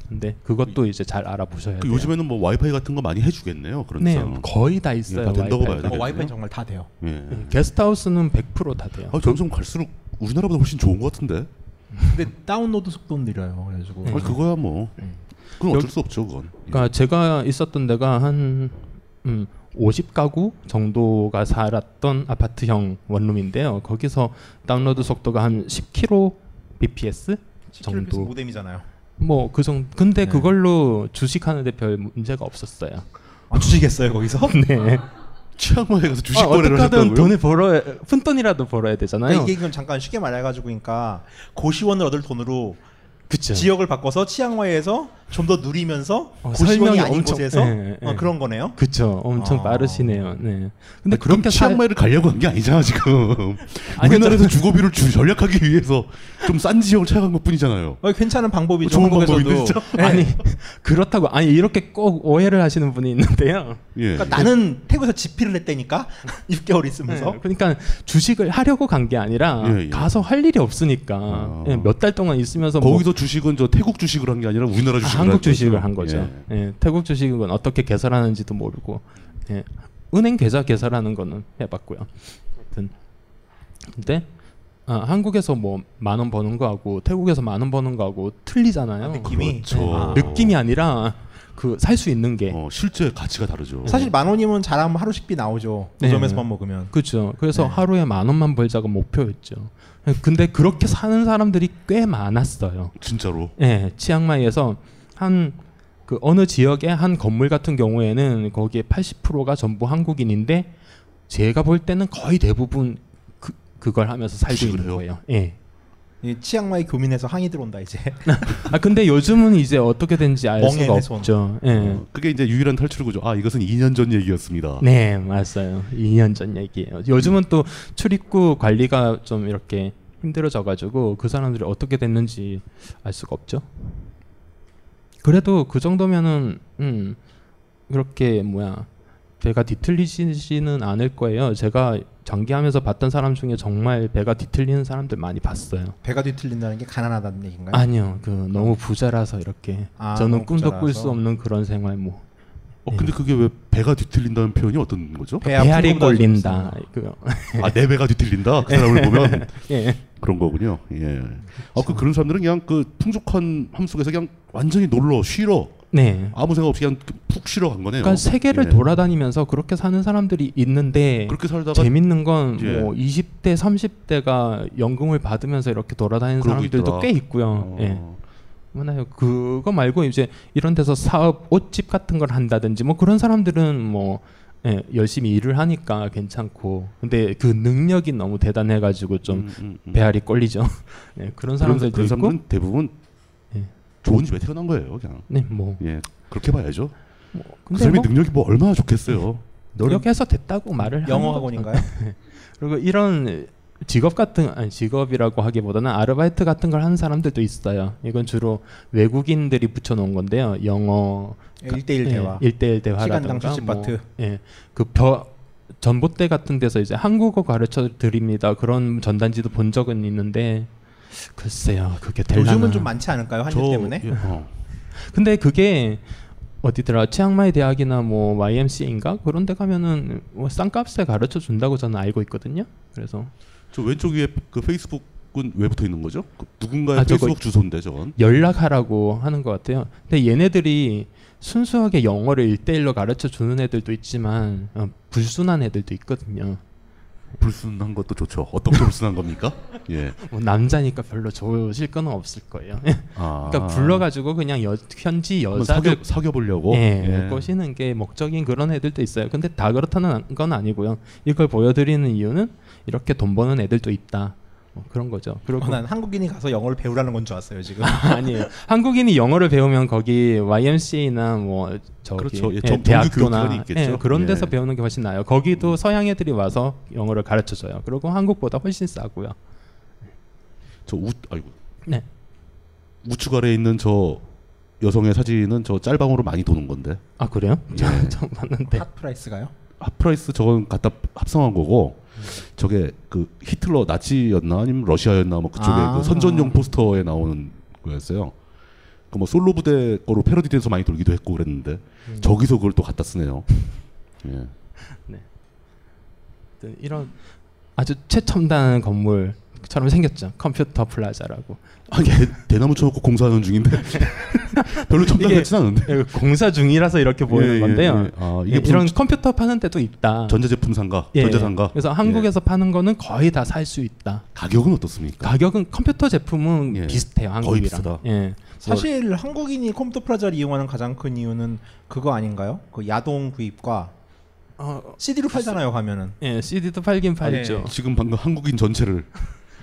[SPEAKER 11] 근데 그것도 이제 잘 알아보셔야
[SPEAKER 10] 그
[SPEAKER 11] 돼요.
[SPEAKER 10] 요즘에는 뭐 와이파이 같은 거 많이 해주겠네요. 그런
[SPEAKER 11] 네,
[SPEAKER 10] 데는.
[SPEAKER 11] 거의 다 있어요,
[SPEAKER 10] 예, 다 된다고 봐야
[SPEAKER 11] 와이파이가.
[SPEAKER 10] 되겠네요.
[SPEAKER 11] 어, 와이파이 정말 다 돼요.
[SPEAKER 10] 예.
[SPEAKER 11] 네, 게스트하우스는 100%다 돼요.
[SPEAKER 10] 아, 점점 갈수록 우리나라보다 훨씬 좋은 것 같은데.
[SPEAKER 7] 근데 다운로드 속도는 느려요. 그래가지고.
[SPEAKER 11] 네.
[SPEAKER 10] 아니, 그거야 뭐.
[SPEAKER 11] 음.
[SPEAKER 10] 그건 어쩔 수 없죠, 그건.
[SPEAKER 11] 그러니까 제가 있었던 데가 한 음, 50가구 정도가 살았던 아파트형 원룸인데요. 거기서 다운로드 속도가 한 10kbps 정도.
[SPEAKER 7] 모뎀이잖아요.
[SPEAKER 11] 뭐그 정도. 근데
[SPEAKER 7] 네.
[SPEAKER 11] 그걸로 주식하는데 별 문제가 없었어요.
[SPEAKER 7] 아, 주식했어요
[SPEAKER 11] [LAUGHS]
[SPEAKER 7] 거기서? 아,
[SPEAKER 11] 네. 아,
[SPEAKER 10] 치앙마이 가서
[SPEAKER 7] 주식 거래를 하셨다고요?
[SPEAKER 11] 돈을 벌어야 푼돈이라도 벌어야 되잖아요.
[SPEAKER 7] 그러니까 이게 그럼 잠깐 쉽게 말해가지고 그러니까 고시원을 얻을 돈으로 지역을 바꿔서 치앙마이에서 좀 더 누리면서
[SPEAKER 11] 어,
[SPEAKER 7] 고시원이
[SPEAKER 11] 설명이
[SPEAKER 7] 아닌
[SPEAKER 11] 엄청-
[SPEAKER 7] 곳에서
[SPEAKER 11] 예, 예.
[SPEAKER 7] 어, 그런 거네요.
[SPEAKER 11] 그쵸.
[SPEAKER 7] 아.
[SPEAKER 11] 엄청 빠르시네요. 네. 근데
[SPEAKER 10] 그럼
[SPEAKER 11] 그렇게 살-
[SPEAKER 10] 치앙마이를 가려고 한 게 아니잖아 지금.
[SPEAKER 11] [LAUGHS] 아니,
[SPEAKER 10] 우리나라에서
[SPEAKER 11] 저-
[SPEAKER 10] 주거비를 주- 절약하기 위해서 좀 싼 지역을 찾아간 것뿐이잖아요.
[SPEAKER 7] 어, 괜찮은 방법이죠.
[SPEAKER 10] 뭐 좋은
[SPEAKER 7] 한국에서도.
[SPEAKER 10] 방법인데 진짜?
[SPEAKER 7] [LAUGHS] 예.
[SPEAKER 11] 아니 [LAUGHS] 그렇다고 아니 이렇게 꼭 오해를 하시는 분이 있는데요.
[SPEAKER 10] 예.
[SPEAKER 7] 그러니까 나는 태국에서 집필을 했다니까 [LAUGHS] 6개월 있으면서.
[SPEAKER 11] 네, 그러니까 주식을 하려고 간 게 아니라
[SPEAKER 10] 예, 예.
[SPEAKER 11] 가서 할 일이 없으니까
[SPEAKER 7] 아.
[SPEAKER 11] 예, 몇 달 동안 있으면서 뭐-
[SPEAKER 10] 거기서 주식은 저 태국 주식을 한 게 아니라 우리나라
[SPEAKER 11] 아, 한국
[SPEAKER 10] 주식을 한 거죠.
[SPEAKER 11] 주식을 한 거죠.
[SPEAKER 10] 예.
[SPEAKER 11] 예, 태국 주식은 어떻게 개설하는지도 모르고 예, 은행 계좌 개설하는 거는 해봤고요. 하여튼 근데 아, 한국에서 뭐 만 원 버는 거하고 태국에서 만 원 버는 거하고 틀리잖아요.
[SPEAKER 7] 느낌이?
[SPEAKER 10] 그렇죠.
[SPEAKER 11] 예,
[SPEAKER 7] 아.
[SPEAKER 11] 느낌이 아니라 그 살 수 있는 게
[SPEAKER 10] 어. 실제 가치가 다르죠.
[SPEAKER 7] 사실 만 원이면 잘하면 하루 식비 나오죠. 그
[SPEAKER 11] 네.
[SPEAKER 7] 노점에서만 먹으면.
[SPEAKER 11] 그렇죠.
[SPEAKER 7] 네.
[SPEAKER 11] 그래서 하루에 만 원만 벌자가 목표였죠. 근데 그렇게 사는 사람들이 꽤 많았어요.
[SPEAKER 10] 진짜로?
[SPEAKER 11] 예, 치앙마이에서 한 그 어느 지역의 한 건물 같은 경우에는 거기에 80%가 전부 한국인인데 제가 볼 때는 거의 대부분 그 그걸 하면서 살고 있는 거예요. 예.
[SPEAKER 7] 이 치앙마이 교민에서 항의 들어온다 이제.
[SPEAKER 11] 아 근데 요즘은 이제 어떻게 된지 알 수가
[SPEAKER 7] 멍해네, 손.
[SPEAKER 11] 없죠. 예.
[SPEAKER 10] 어, 그게 이제 유일한 탈출구죠. 아 이것은 2년 전
[SPEAKER 7] 아,
[SPEAKER 10] 얘기였습니다.
[SPEAKER 11] 네, 맞아요. 2년 전 얘기예요. 요즘은 또 출입구 관리가 좀 이렇게 힘들어져 가지고 그 사람들이 어떻게 됐는지 알 수가 없죠. 그래도 그 정도면은 음. 그렇게 뭐야 배가 뒤틀리시지는 않을 거예요. 제가 장기하면서 봤던 사람 중에 정말 배가 뒤틀리는 사람들 많이 봤어요.
[SPEAKER 7] 배가 뒤틀린다는 게 가난하다는 얘기인가요?
[SPEAKER 11] 아니요, 그 너무 부자라서 이렇게
[SPEAKER 7] 아,
[SPEAKER 11] 저는
[SPEAKER 7] 너무
[SPEAKER 11] 꿈도 꿀
[SPEAKER 7] 부자라서.
[SPEAKER 11] 수 없는 그런 생활 뭐
[SPEAKER 10] 어, 근데 그게 왜 배가 뒤틀린다는 표현이 어떤 거죠?
[SPEAKER 11] 배 아픈 배알이 것보다 좀 꼴린다. 있어요. 그거.
[SPEAKER 10] 아내 배가 뒤틀린다. 그 사람을 보면
[SPEAKER 11] 예.
[SPEAKER 10] 그런 거군요. 예.
[SPEAKER 11] 그렇죠.
[SPEAKER 10] 아그 그런 사람들은 그냥 그 풍족한 함 속에서 그냥 완전히 놀러 쉬러.
[SPEAKER 11] 네.
[SPEAKER 10] 아무 생각 없이 그냥 푹 쉬러 간 거네요.
[SPEAKER 11] 그러니까 세계를
[SPEAKER 10] 예.
[SPEAKER 11] 돌아다니면서 그렇게 사는 사람들이 있는데
[SPEAKER 10] 그렇게 살다가-
[SPEAKER 11] 재밌는 건 뭐
[SPEAKER 10] 예.
[SPEAKER 11] 20대, 30대가 연금을 받으면서 이렇게 돌아다니는
[SPEAKER 10] 그러고
[SPEAKER 11] 사람들도
[SPEAKER 10] 있더라. 어.
[SPEAKER 11] 꽤 있고요. 예. 많아요. 그거 말고 이제 이런 데서 사업 옷집 같은 걸 한다든지 뭐 그런 사람들은 뭐 예, 열심히 일을 하니까 괜찮고 근데 그 능력이 너무 대단해가지고 좀 배알이 꼴리죠. [LAUGHS] 예, 그런 사람들도
[SPEAKER 10] 음,
[SPEAKER 11] 있고
[SPEAKER 10] 그런
[SPEAKER 11] 예.
[SPEAKER 10] 사람들은 대부분 좋은 집에 태어난 거예요, 그냥.
[SPEAKER 11] 네, 뭐.
[SPEAKER 10] 예, 그렇게 봐야죠.
[SPEAKER 11] 근데
[SPEAKER 10] 그 사람이
[SPEAKER 11] 뭐-
[SPEAKER 10] 능력이 뭐 얼마나 좋겠어요.
[SPEAKER 11] 노력해서 됐다고 말을 하는
[SPEAKER 7] 영어
[SPEAKER 11] 거죠.
[SPEAKER 7] 학원인가요?
[SPEAKER 11] 네. 그리고 이런 직업 같은 아니 직업이라고 하기보다는 아르바이트 같은 걸 하는 사람들도 있어요. 이건 주로 외국인들이 붙여놓은 건데요. 영어
[SPEAKER 7] 예, 일대일
[SPEAKER 10] 네.
[SPEAKER 7] 대화.
[SPEAKER 11] 일대일
[SPEAKER 7] 시간당
[SPEAKER 11] 대화라든가
[SPEAKER 7] 수십 바트.
[SPEAKER 11] 예, 그벼 전봇대 같은 데서 이제 한국어 가르쳐 드립니다. 그런 전단지도 본 적은 있는데 글쎄요, 그게 될라나.
[SPEAKER 7] 요즘은 좀 많지 않을까요? 한일
[SPEAKER 11] 저-
[SPEAKER 7] 때문에?
[SPEAKER 11] 예, 어. 근데 그게 어디더라 치앙마이 대학이나 뭐 YMCA인가 그런 데 가면은 뭐 쌍값에 가르쳐 준다고 저는 알고 있거든요. 그래서
[SPEAKER 10] 저 왼쪽 위에 그 페이스북은 왜 붙어 있는 거죠? 그 누군가의
[SPEAKER 11] 아, 저거
[SPEAKER 10] 페이스북 주소인데 저건.
[SPEAKER 11] 연락하라고 하는 것 같아요. 근데 얘네들이 순수하게 영어를 일대일로 가르쳐 주는 애들도 있지만 어, 불순한 애들도 있거든요.
[SPEAKER 10] 불순한 것도 좋죠. 어떤 게 불순한 겁니까? 예.
[SPEAKER 11] 뭐 남자니까 별로 좋으실 건 없을 거예요. [LAUGHS]
[SPEAKER 10] 아.
[SPEAKER 11] 그러니까 불러가지고 그냥 여- 현지
[SPEAKER 10] 한번
[SPEAKER 11] 여자를
[SPEAKER 10] 사귀어- 사귀어보려고?
[SPEAKER 11] 예,
[SPEAKER 10] 예.
[SPEAKER 11] 꼬시는 게 목적인 그런 애들도 있어요. 근데 다 그렇다는 건 아니고요. 이걸 보여드리는 이유는 이렇게 돈 버는 애들도 있다. 뭐 그런 거죠. 그리고
[SPEAKER 7] 어, 난 한국인이 가서 영어를 배우라는 건 줄 알았어요 지금.
[SPEAKER 11] [LAUGHS] 아니에요. 한국인이 영어를 배우면 거기 YMCA나 뭐 저기
[SPEAKER 10] 그렇죠. 예,
[SPEAKER 11] 예,
[SPEAKER 10] 정- 정규 교육기관이
[SPEAKER 11] 대학교나
[SPEAKER 10] 있겠죠.
[SPEAKER 11] 예, 그런
[SPEAKER 10] 예. 음.
[SPEAKER 11] 데서 배우는 게 훨씬 나아요. 거기도 서양 애들이 와서 영어를 가르쳐 줘요. 그리고 한국보다 훨씬 싸고요.
[SPEAKER 10] 저우 아이고.
[SPEAKER 11] 네.
[SPEAKER 10] 우측 아래에 있는 저 여성의 사진은 저 짤방으로 많이 도는 건데.
[SPEAKER 11] 아 그래요?
[SPEAKER 10] 예.
[SPEAKER 11] 처음 봤는데.
[SPEAKER 7] 프라이스가요?
[SPEAKER 10] 핫프라이스 저건 갖다 합성한 거고 저게 그 히틀러 나치였나 아니면 러시아였나 뭐 그쪽에
[SPEAKER 7] 아.
[SPEAKER 10] 그 선전용 포스터에 나오는 거였어요. 그 뭐 솔로 부대 거로 패러디돼서 많이 돌기도 했고 그랬는데
[SPEAKER 11] 음.
[SPEAKER 10] 저기서 그걸 또 갖다
[SPEAKER 11] [LAUGHS]
[SPEAKER 10] 쓰네요. 예.
[SPEAKER 11] 아무튼 네, 이런 아주 최첨단 건물처럼 생겼죠. 컴퓨터 플라자라고.
[SPEAKER 10] 아니 대, 나무 쳐놓고
[SPEAKER 11] [LAUGHS]
[SPEAKER 10] 공사하는 중인데 별로 첨단
[SPEAKER 11] 이게
[SPEAKER 10] 같진 않은데.
[SPEAKER 11] 공사 중이라서 이렇게 보이는 예, 건데요.
[SPEAKER 10] 아,
[SPEAKER 11] 예,
[SPEAKER 10] 이게
[SPEAKER 11] 이런
[SPEAKER 10] 이런
[SPEAKER 11] 컴퓨터 파는 데도 있다.
[SPEAKER 10] 전자제품 상가,
[SPEAKER 11] 예,
[SPEAKER 10] 전자상가. 예.
[SPEAKER 11] 그래서 한국에서 파는 거는 거의 다 살 수 있다.
[SPEAKER 10] 가격은 어떻습니까?
[SPEAKER 11] 가격은 컴퓨터 제품은 비슷해요. 한국이랑.
[SPEAKER 10] 예. 거의 비슷하다. 뭐
[SPEAKER 11] 예.
[SPEAKER 7] [LAUGHS] 사실 한국인이 컴퓨터 프라자를 이용하는 가장 큰 이유는 그거 아닌가요? 그 야동 구입과 CD로 팔잖아요 가면은.
[SPEAKER 11] 예, CD도 팔긴 팔죠.
[SPEAKER 10] 지금 방금 한국인 전체를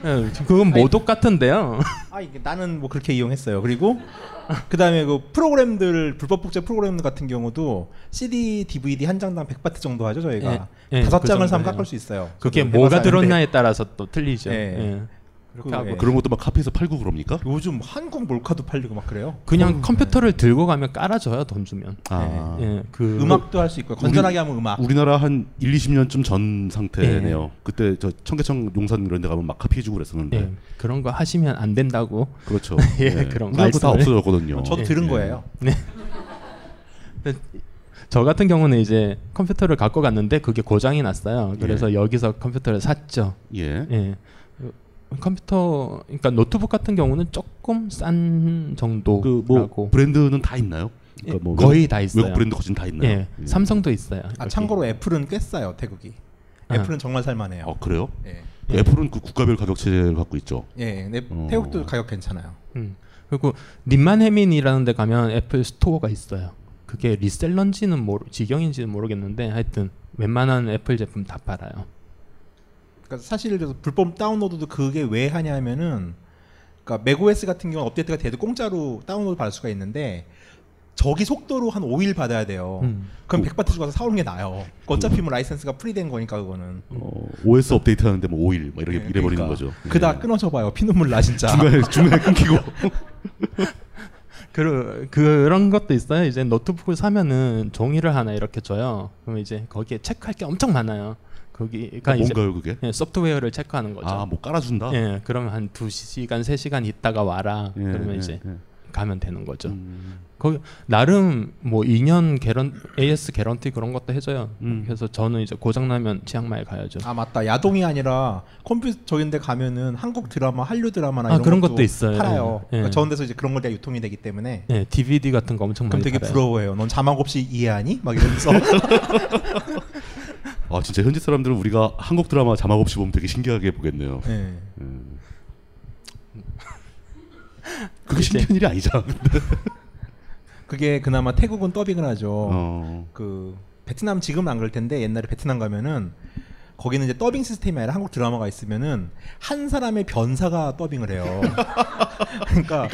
[SPEAKER 11] 예, 그건 모독 같은데요.
[SPEAKER 7] 아 이게 나는 뭐 그렇게 이용했어요. 그리고 [LAUGHS] 그다음에 그 프로그램들 불법 복제 프로그램 같은 경우도 CD, DVD 한 장당 100바트 정도 하죠 저희가
[SPEAKER 11] 예, 예,
[SPEAKER 7] 다섯
[SPEAKER 11] 그
[SPEAKER 7] 장을
[SPEAKER 11] 정도예요.
[SPEAKER 7] 사면 깎을 수 있어요.
[SPEAKER 11] 그게
[SPEAKER 7] 저도
[SPEAKER 11] 뭐가
[SPEAKER 7] 해봤어요.
[SPEAKER 11] 들었냐에 따라서 또 틀리죠.
[SPEAKER 7] 예.
[SPEAKER 11] 예. 그렇게 하고.
[SPEAKER 10] 그런 것도 막 카페에서 팔고 그럽니까?
[SPEAKER 7] 요즘 한국 몰카도 팔리고 막 그래요.
[SPEAKER 11] 그냥 컴퓨터를 들고 가면 깔아줘요 돈 주면.
[SPEAKER 10] 아.
[SPEAKER 11] 예, 예, 그
[SPEAKER 7] 음악도 할 수 있고요. 건전하게 하면 음악.
[SPEAKER 10] 우리나라 한 1, 20년쯤 전 상태네요. 그때 저 청계천 용산 이런 데 가면 막 카피해주고 그랬었는데.
[SPEAKER 11] 예, 그런 거 하시면 안 된다고.
[SPEAKER 10] 그렇죠.
[SPEAKER 11] [LAUGHS] 예,
[SPEAKER 10] 예.
[SPEAKER 11] 그런
[SPEAKER 10] 우리나라 거다
[SPEAKER 11] 말씀을.
[SPEAKER 10] 없어졌거든요.
[SPEAKER 7] 저도 들은 거예요.
[SPEAKER 11] 네. 근데 저 같은 경우는 이제 컴퓨터를 갖고 갔는데 그게 고장이 났어요. 그래서 여기서 컴퓨터를 샀죠.
[SPEAKER 10] 예.
[SPEAKER 11] 그 컴퓨터, 그러니까 노트북 같은 경우는 조금 싼 정도.
[SPEAKER 10] 그뭐 브랜드는 다 있나요? 그러니까 뭐
[SPEAKER 11] 거의
[SPEAKER 10] 외국-
[SPEAKER 11] 다 있어요.
[SPEAKER 10] 외국 브랜드 거진 다 있나요?
[SPEAKER 11] 예,
[SPEAKER 10] 예.
[SPEAKER 11] 삼성도 있어요.
[SPEAKER 7] 아
[SPEAKER 11] 여기.
[SPEAKER 7] 참고로 애플은 꽤 싸요 태국이. 애플은 정말 살만해요.
[SPEAKER 10] 어 그래요?
[SPEAKER 7] 예.
[SPEAKER 10] 그 애플은 그 국가별 가격 체제를 갖고 있죠.
[SPEAKER 7] 예, 네,
[SPEAKER 10] 어.
[SPEAKER 7] 태국도 가격 괜찮아요.
[SPEAKER 11] 음. 그리고 림만해민이라는 데 가면 애플 스토어가 있어요. 그게 리셀런지는 모르, 직영인지는 모르겠는데 하여튼 웬만한 애플 제품 다 팔아요.
[SPEAKER 7] 그러니까 사실 그래서 불법 다운로드도 그게 왜 하냐면은 그러니까 맥OS 같은 경우는 업데이트가 돼도 공짜로 다운로드 받을 수가 있는데 저기 속도로 한 5일 받아야 돼요.
[SPEAKER 10] 음.
[SPEAKER 7] 그럼 100바트 주고서 사오는 게 나아요. 어차피 뭐 라이센스가 프리된 거니까 그거는.
[SPEAKER 10] 어, OS 업데이트하는데 뭐 5일 막 이렇게 이래 버리는 거죠.
[SPEAKER 7] 예, 그러니까.
[SPEAKER 10] 네. 예.
[SPEAKER 7] 그다 끊어져 봐요. 피눈물 나 진짜.
[SPEAKER 10] [LAUGHS] 중간에 중간에 끊기고.
[SPEAKER 11] 그, 그런 것도 있어요. 이제 노트북을 사면은 종이를 하나 이렇게 줘요. 그럼 이제 거기에 체크할 게 엄청 많아요. 거기가
[SPEAKER 10] 어,
[SPEAKER 11] 이제
[SPEAKER 10] 뭔가요, 그게?
[SPEAKER 11] 예, 소프트웨어를 체크하는 거죠.
[SPEAKER 10] 아, 뭐 깔아준다?
[SPEAKER 11] 예, 그러면 한 2시간, 3시간 있다가 와라.
[SPEAKER 10] 예,
[SPEAKER 11] 그러면
[SPEAKER 10] 예,
[SPEAKER 11] 이제
[SPEAKER 10] 예.
[SPEAKER 11] 가면 되는 거죠.
[SPEAKER 7] 음.
[SPEAKER 11] 거기 나름 뭐 2년 개런 AS 개런티 그런 것도 해줘요. 그래서 저는 이제 고장 나면 치앙마이 가야죠.
[SPEAKER 7] 음. 아 맞다. 야동이 아니라 컴퓨터 저인데 가면은 한국 드라마, 한류 드라마나
[SPEAKER 11] 아,
[SPEAKER 7] 이런
[SPEAKER 11] 그런
[SPEAKER 7] 것도
[SPEAKER 11] 것도 있어요.
[SPEAKER 7] 팔아요.
[SPEAKER 11] 예.
[SPEAKER 7] 그러니까 저런 데서 이제 그런 걸다 유통이 되기 때문에.
[SPEAKER 11] 예, DVD 같은 거 엄청
[SPEAKER 7] 그럼
[SPEAKER 11] 많이
[SPEAKER 7] 되게
[SPEAKER 10] 네.
[SPEAKER 11] 팔아요.
[SPEAKER 7] 부러워해요. 넌 자막 없이 이해하니? 막 이러면서.
[SPEAKER 10] 아 진짜 현지 사람들은 우리가 한국 드라마 자막 없이 보면 되게 신기하게 보겠네요.
[SPEAKER 7] 예.
[SPEAKER 10] 음. 그게 신기한 일이 아니잖아. 근데.
[SPEAKER 7] 그게 그나마 태국은 더빙을 하죠.
[SPEAKER 10] 어.
[SPEAKER 7] 그 베트남 지금은 안 그럴 텐데 옛날에 베트남 가면은 거기는 이제 더빙 시스템이 아니라 한국 드라마가 있으면은 한 사람의 변사가 더빙을 해요. [LAUGHS] 그러니까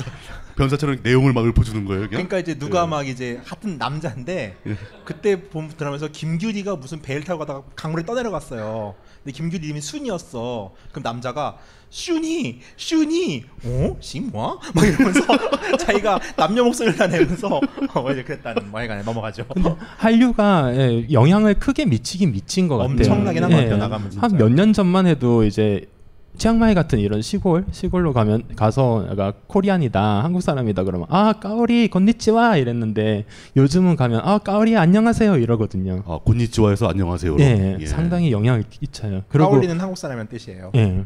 [SPEAKER 10] 변사처럼 내용을 막 읊어주는 거예요. 그냥?
[SPEAKER 7] 그러니까 이제
[SPEAKER 10] 네.
[SPEAKER 7] 누가 막 이제 하여튼 남자인데
[SPEAKER 10] 예.
[SPEAKER 7] 그때 본 드라마에서 김규리가 무슨 배를 타고 가다가 강물에 떠내려갔어요. 근데 김규리 이름이 순이었어. 그럼 남자가 슌이 슌이 어? 심화? 막 이러면서 [LAUGHS] 자기가 남녀 목소리를 다 내면서 [LAUGHS] 어, 이제 그랬다는 말간에 넘어가죠.
[SPEAKER 11] 한류가 예, 영향을 크게 미치긴 미친 것 같아요.
[SPEAKER 7] 엄청나긴 한
[SPEAKER 11] 예,
[SPEAKER 7] 것 같아요, 나가면 진짜.
[SPEAKER 11] 한몇 년 전만 해도 이제 치앙마이 같은 이런 시골 시골로 가면 가서 내가 코리안이다 한국 사람이다 그러면 아 까오리 건니치와 이랬는데 요즘은 가면 아 까오리 안녕하세요 이러거든요.
[SPEAKER 10] 아 곤니치와에서 안녕하세요.
[SPEAKER 11] 예,
[SPEAKER 10] 예.
[SPEAKER 11] 상당히 영향을 끼쳐요.
[SPEAKER 7] 까
[SPEAKER 11] 그리고
[SPEAKER 7] 올리는 한국 사람이란 뜻이에요.
[SPEAKER 11] 예.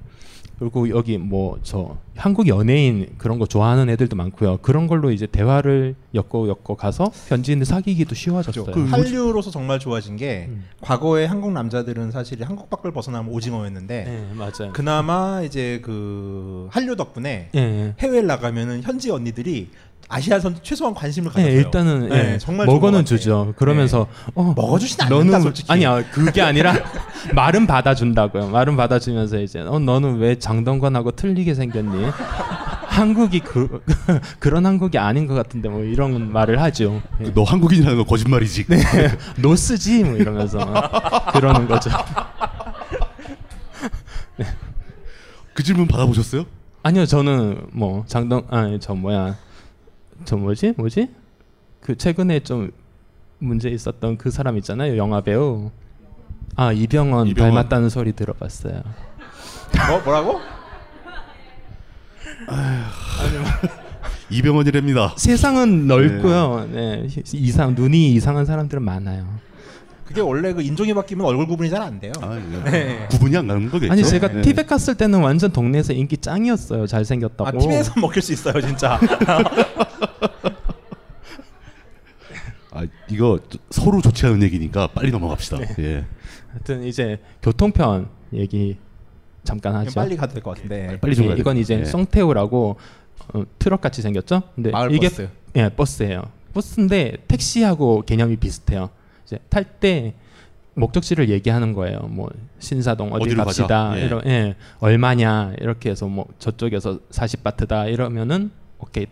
[SPEAKER 11] 그리고 여기 뭐 저 한국 연예인 그런 거 좋아하는 애들도 많고요. 그런 걸로 이제 대화를 엮어 엮어 가서 현지인들 사귀기도 쉬워졌어요.
[SPEAKER 7] 그 한류로서 정말 좋아진 게
[SPEAKER 11] 음.
[SPEAKER 7] 과거에 한국 남자들은 사실 한국 밖을 벗어나면 오징어였는데
[SPEAKER 11] 네, 맞아요.
[SPEAKER 7] 그나마 이제 그 한류 덕분에
[SPEAKER 11] 예, 예.
[SPEAKER 7] 해외 를 나가면은 현지 언니들이 아시아 선 최소한 관심을
[SPEAKER 11] 예,
[SPEAKER 7] 가졌어요.
[SPEAKER 11] 일단은
[SPEAKER 7] 네,
[SPEAKER 11] 예,
[SPEAKER 7] 정말 좋은 것
[SPEAKER 11] 먹어는
[SPEAKER 7] 같아.
[SPEAKER 11] 주죠. 그러면서 어,
[SPEAKER 7] 먹어주진 않는다,
[SPEAKER 11] 너는
[SPEAKER 7] 솔직히.
[SPEAKER 11] 아니야 그게 아니라 [LAUGHS] 말은 받아준다고요. 말은 받아주면서 이제 어 너는 왜 장동건하고 틀리게 생겼니? 한국이 그, [LAUGHS] 그런 한국이 아닌 것 같은데 뭐 이런 말을 하죠. 예.
[SPEAKER 10] 그 너 한국인이라는 거 거짓말이지.
[SPEAKER 11] 네, 노 쓰지 뭐 이러면서 그러는 거죠.
[SPEAKER 10] 그 질문 받아보셨어요?
[SPEAKER 11] 아니요, 저는 뭐 장동 아니 저 뭐야 저 뭐지 뭐지 그 최근에 좀 문제 있었던 그 사람 있잖아요 영화 배우 아 이병헌,
[SPEAKER 10] 이병헌.
[SPEAKER 11] 닮았다는 소리 들어봤어요.
[SPEAKER 7] 뭐 뭐라고?
[SPEAKER 11] 네.
[SPEAKER 10] 이병헌이랍니다.
[SPEAKER 11] 세상은 넓고요. 네. 이상 눈이 이상한 사람들은 많아요.
[SPEAKER 7] 그게 원래 그 인종이 바뀌면 얼굴 구분이 잘 안 돼요. 네.
[SPEAKER 10] 아, 예. 구분이 안 가는 거겠죠.
[SPEAKER 11] 아니 제가
[SPEAKER 10] 예.
[SPEAKER 11] 티백 갔을 때는 완전 동네에서 인기 짱이었어요. 잘생겼다고.
[SPEAKER 7] 아 팀에서 [LAUGHS] 먹힐 수 있어요 진짜.
[SPEAKER 10] 아 이거 저- 서로 좋지 않은 얘기니까 빨리 넘어갑시다.
[SPEAKER 11] 네.
[SPEAKER 10] 예.
[SPEAKER 11] 하여튼 이제 교통편 얘기 잠깐 하죠.
[SPEAKER 7] 빨리 가도 될것 같은데.
[SPEAKER 10] 빨리 좀
[SPEAKER 11] 예,
[SPEAKER 10] 가야
[SPEAKER 11] 이건
[SPEAKER 10] 돼요.
[SPEAKER 11] 이제
[SPEAKER 10] 예.
[SPEAKER 11] 송태우라고 어, 트럭 같이 생겼죠? 근데
[SPEAKER 7] 마을
[SPEAKER 11] 이게
[SPEAKER 7] 버스.
[SPEAKER 11] 예, 버스예요. 버스인데 택시하고 개념이 비슷해요. 이제 탈 때 목적지를 얘기하는 거예요. 뭐 신사동 어디
[SPEAKER 10] 어디로
[SPEAKER 11] 갑시다.
[SPEAKER 10] 가자. 예.
[SPEAKER 11] 이런 예. 얼마냐 이렇게 해서 뭐 저쪽에서 40바트다 이러면은 오케이